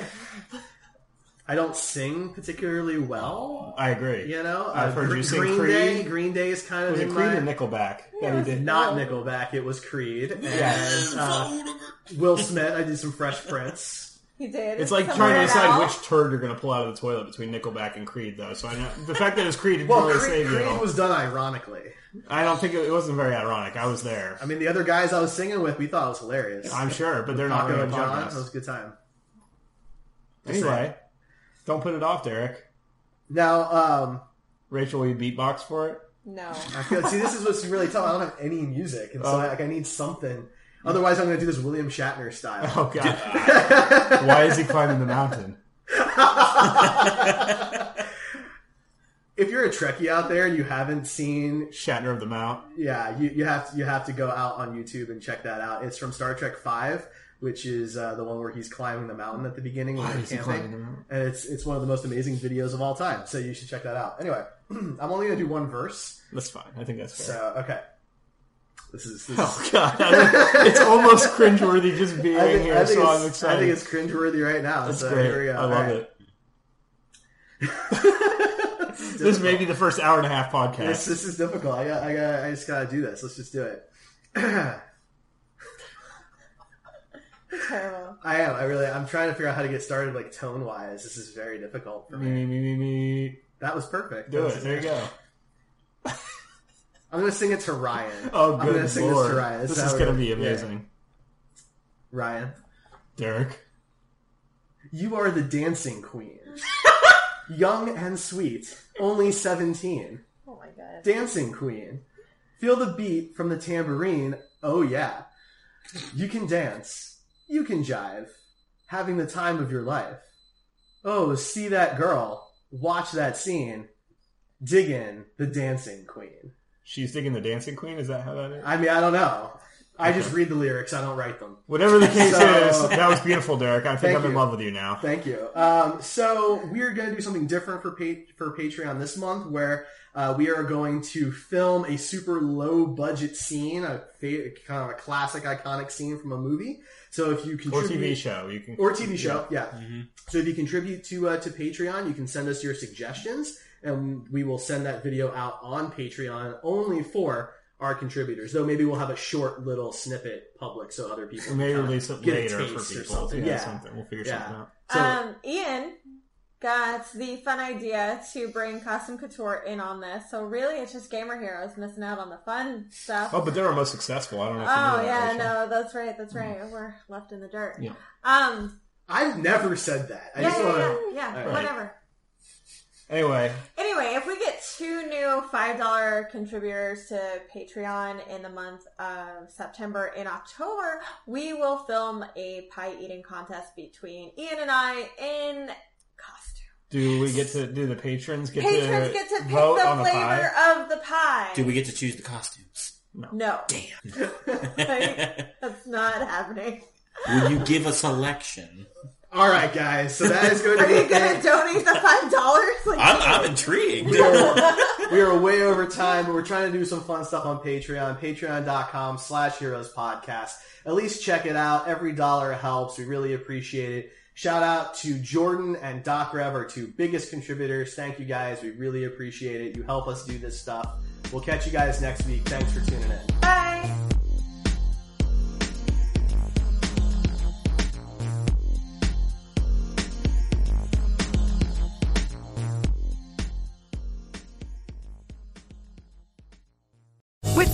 Speaker 1: I don't sing particularly well.
Speaker 3: agree.
Speaker 1: You know,
Speaker 3: I've
Speaker 1: uh,
Speaker 3: heard
Speaker 1: Gre-
Speaker 3: you sing
Speaker 1: Green
Speaker 3: Creed.
Speaker 1: Day. Green Day is kind of
Speaker 3: was it
Speaker 1: in
Speaker 3: Creed
Speaker 1: my-
Speaker 3: or Nickelback that we did?
Speaker 1: not Nickelback. It was Creed. And, uh, Will Smith. I did some Fresh Prints.
Speaker 2: He did.
Speaker 3: It's like
Speaker 2: Somewhere
Speaker 3: trying to decide
Speaker 2: now.
Speaker 3: which turd you're going to pull out of the toilet between Nickelback and Creed, though. So I know the fact that it's Creed didn't
Speaker 1: Well,
Speaker 3: really
Speaker 1: Creed,
Speaker 3: save you. at
Speaker 1: Creed
Speaker 3: all.
Speaker 1: was done ironically.
Speaker 3: I don't think it, it wasn't very ironic. I was there.
Speaker 1: I mean, the other guys I was singing with, we thought it was hilarious.
Speaker 3: I'm sure, but they're not
Speaker 1: Taco
Speaker 3: going
Speaker 1: and
Speaker 3: to
Speaker 1: John. It
Speaker 3: podcast.
Speaker 1: was a good time.
Speaker 3: Anyway, don't put it off, Derek.
Speaker 1: Now, um,
Speaker 3: Rachel, will you beatbox for it?
Speaker 2: No.
Speaker 1: I feel, see, this is what's really tough. I don't have any music,
Speaker 3: Oh.
Speaker 1: and so I, like, I need something. Otherwise, I'm going to do this William Shatner style.
Speaker 3: Oh God! Why is he climbing the mountain?
Speaker 1: If you're a Trekkie out there and you haven't seen
Speaker 3: Shatner of the Mount.
Speaker 1: Yeah, you, you have to, you have to go out on YouTube and check that out. It's from Star Trek Five, which is uh, the one where he's climbing the mountain at the beginning when
Speaker 3: Why
Speaker 1: they're
Speaker 3: is he climbing the
Speaker 1: camping,
Speaker 3: mountain?
Speaker 1: and it's it's one of the most amazing videos of all time. So you should check that out. Anyway, I'm only gonna do one verse.
Speaker 3: That's fine. I think that's fair.
Speaker 1: So okay, this is. This is
Speaker 3: Oh God! it's almost cringeworthy just being
Speaker 1: I think,
Speaker 3: here.
Speaker 1: I think
Speaker 3: so I'm
Speaker 1: it's, I
Speaker 3: excited.
Speaker 1: think it's cringeworthy right now.
Speaker 3: That's
Speaker 1: so
Speaker 3: great.
Speaker 1: Here we go.
Speaker 3: I love
Speaker 1: All
Speaker 3: it. This may be the first hour and a half podcast.
Speaker 1: This, this is difficult. I got, I got, I just gotta do this. Let's just do it.
Speaker 2: Terrible.
Speaker 1: I am. I really. I'm trying to figure out how to get started, like tone wise. This is very difficult for
Speaker 3: me,
Speaker 1: me.
Speaker 3: me, me, me, me.
Speaker 1: That was perfect.
Speaker 3: Mm. Do
Speaker 1: That's-
Speaker 3: it. There you go.
Speaker 1: I'm gonna sing it to Ryan.
Speaker 3: Oh,
Speaker 1: I'm
Speaker 3: good
Speaker 1: gonna sing
Speaker 3: lord!
Speaker 1: this to Ryan.
Speaker 3: This
Speaker 1: how
Speaker 3: is
Speaker 1: we're
Speaker 3: going to be amazing,
Speaker 1: Yeah. Ryan,
Speaker 3: Derek.
Speaker 1: you are the dancing queen, young and sweet, only 17.
Speaker 2: Oh my god.
Speaker 1: Dancing queen, feel the beat from the tambourine. Oh yeah, you can dance, you can jive, having the time of your life. Oh, see that girl, watch that scene, dig in the dancing queen.
Speaker 3: She's digging the dancing queen. Is that how that is?
Speaker 1: I mean, I don't know. I just read the lyrics. I don't write them.
Speaker 3: Whatever the case
Speaker 1: So-
Speaker 3: is, that was beautiful, Derek. I think
Speaker 1: Thank
Speaker 3: I'm in
Speaker 1: you.
Speaker 3: love with you now.
Speaker 1: Thank you. Um, so we are going to do something different for pa- for Patreon this month, where uh, we are going to film a super low budget scene, a fa- kind of a classic, iconic scene from a movie. So if you
Speaker 3: Or
Speaker 1: contribute
Speaker 3: TV show. You can Mm-hmm.
Speaker 1: or TV show, yeah. So if you contribute to uh, to Patreon, you can send us your suggestions, and we will send that video out on Patreon only for our contributors. Though maybe we'll have a short little snippet public so other people
Speaker 3: We may
Speaker 1: kinda
Speaker 3: release it
Speaker 1: get a
Speaker 3: later
Speaker 1: taste
Speaker 3: for
Speaker 1: or
Speaker 3: people.
Speaker 1: something.
Speaker 3: Yeah,
Speaker 1: Yeah.
Speaker 3: something. We'll figure
Speaker 1: Yeah.
Speaker 3: something out.
Speaker 1: So-
Speaker 2: um, Ian got the fun idea to bring Costume Couture in on this. So really, it's just gamer heroes missing out on the fun stuff.
Speaker 3: Oh, but they're our most successful. I don't know. If you
Speaker 2: Oh,
Speaker 3: knew
Speaker 2: yeah,
Speaker 3: that, Rachel.
Speaker 2: no, that's right, that's right. We're left in the dirt.
Speaker 3: Yeah.
Speaker 2: Um.
Speaker 1: I've never said that. I
Speaker 2: Yeah,
Speaker 1: just
Speaker 2: yeah,
Speaker 1: want
Speaker 2: yeah,
Speaker 1: to.
Speaker 2: yeah,
Speaker 3: right.
Speaker 2: Whatever.
Speaker 3: Anyway,
Speaker 2: Anyway, if we get two new $5 contributors to Patreon in the month of September and October, we will film a pie eating contest between Ian and I in costume.
Speaker 3: do we get to do the patrons get
Speaker 2: Patrons
Speaker 3: to
Speaker 2: get to pick
Speaker 3: vote
Speaker 2: the
Speaker 3: on the pie?
Speaker 2: flavor of the pie.
Speaker 4: Do we get to choose the costumes?
Speaker 2: no,
Speaker 4: Damn.
Speaker 2: Like, that's not happening.
Speaker 4: Will you give a selection?
Speaker 1: All right, guys. So that is going to
Speaker 2: Are
Speaker 1: be.
Speaker 2: you
Speaker 1: it.
Speaker 2: going to donate the $5? Like,
Speaker 4: I'm, I'm intrigued.
Speaker 1: We are- we are way over time, but we're trying to do some fun stuff on Patreon. Patreon.com slash Heroes Podcast. At least check it out. Every dollar helps. We really appreciate it. Shout out to Jordan and Doc Rev, our two biggest contributors. Thank you guys. We really appreciate it. You help us do this stuff. We'll catch you guys next week. Thanks for tuning in.
Speaker 2: Bye.
Speaker 5: With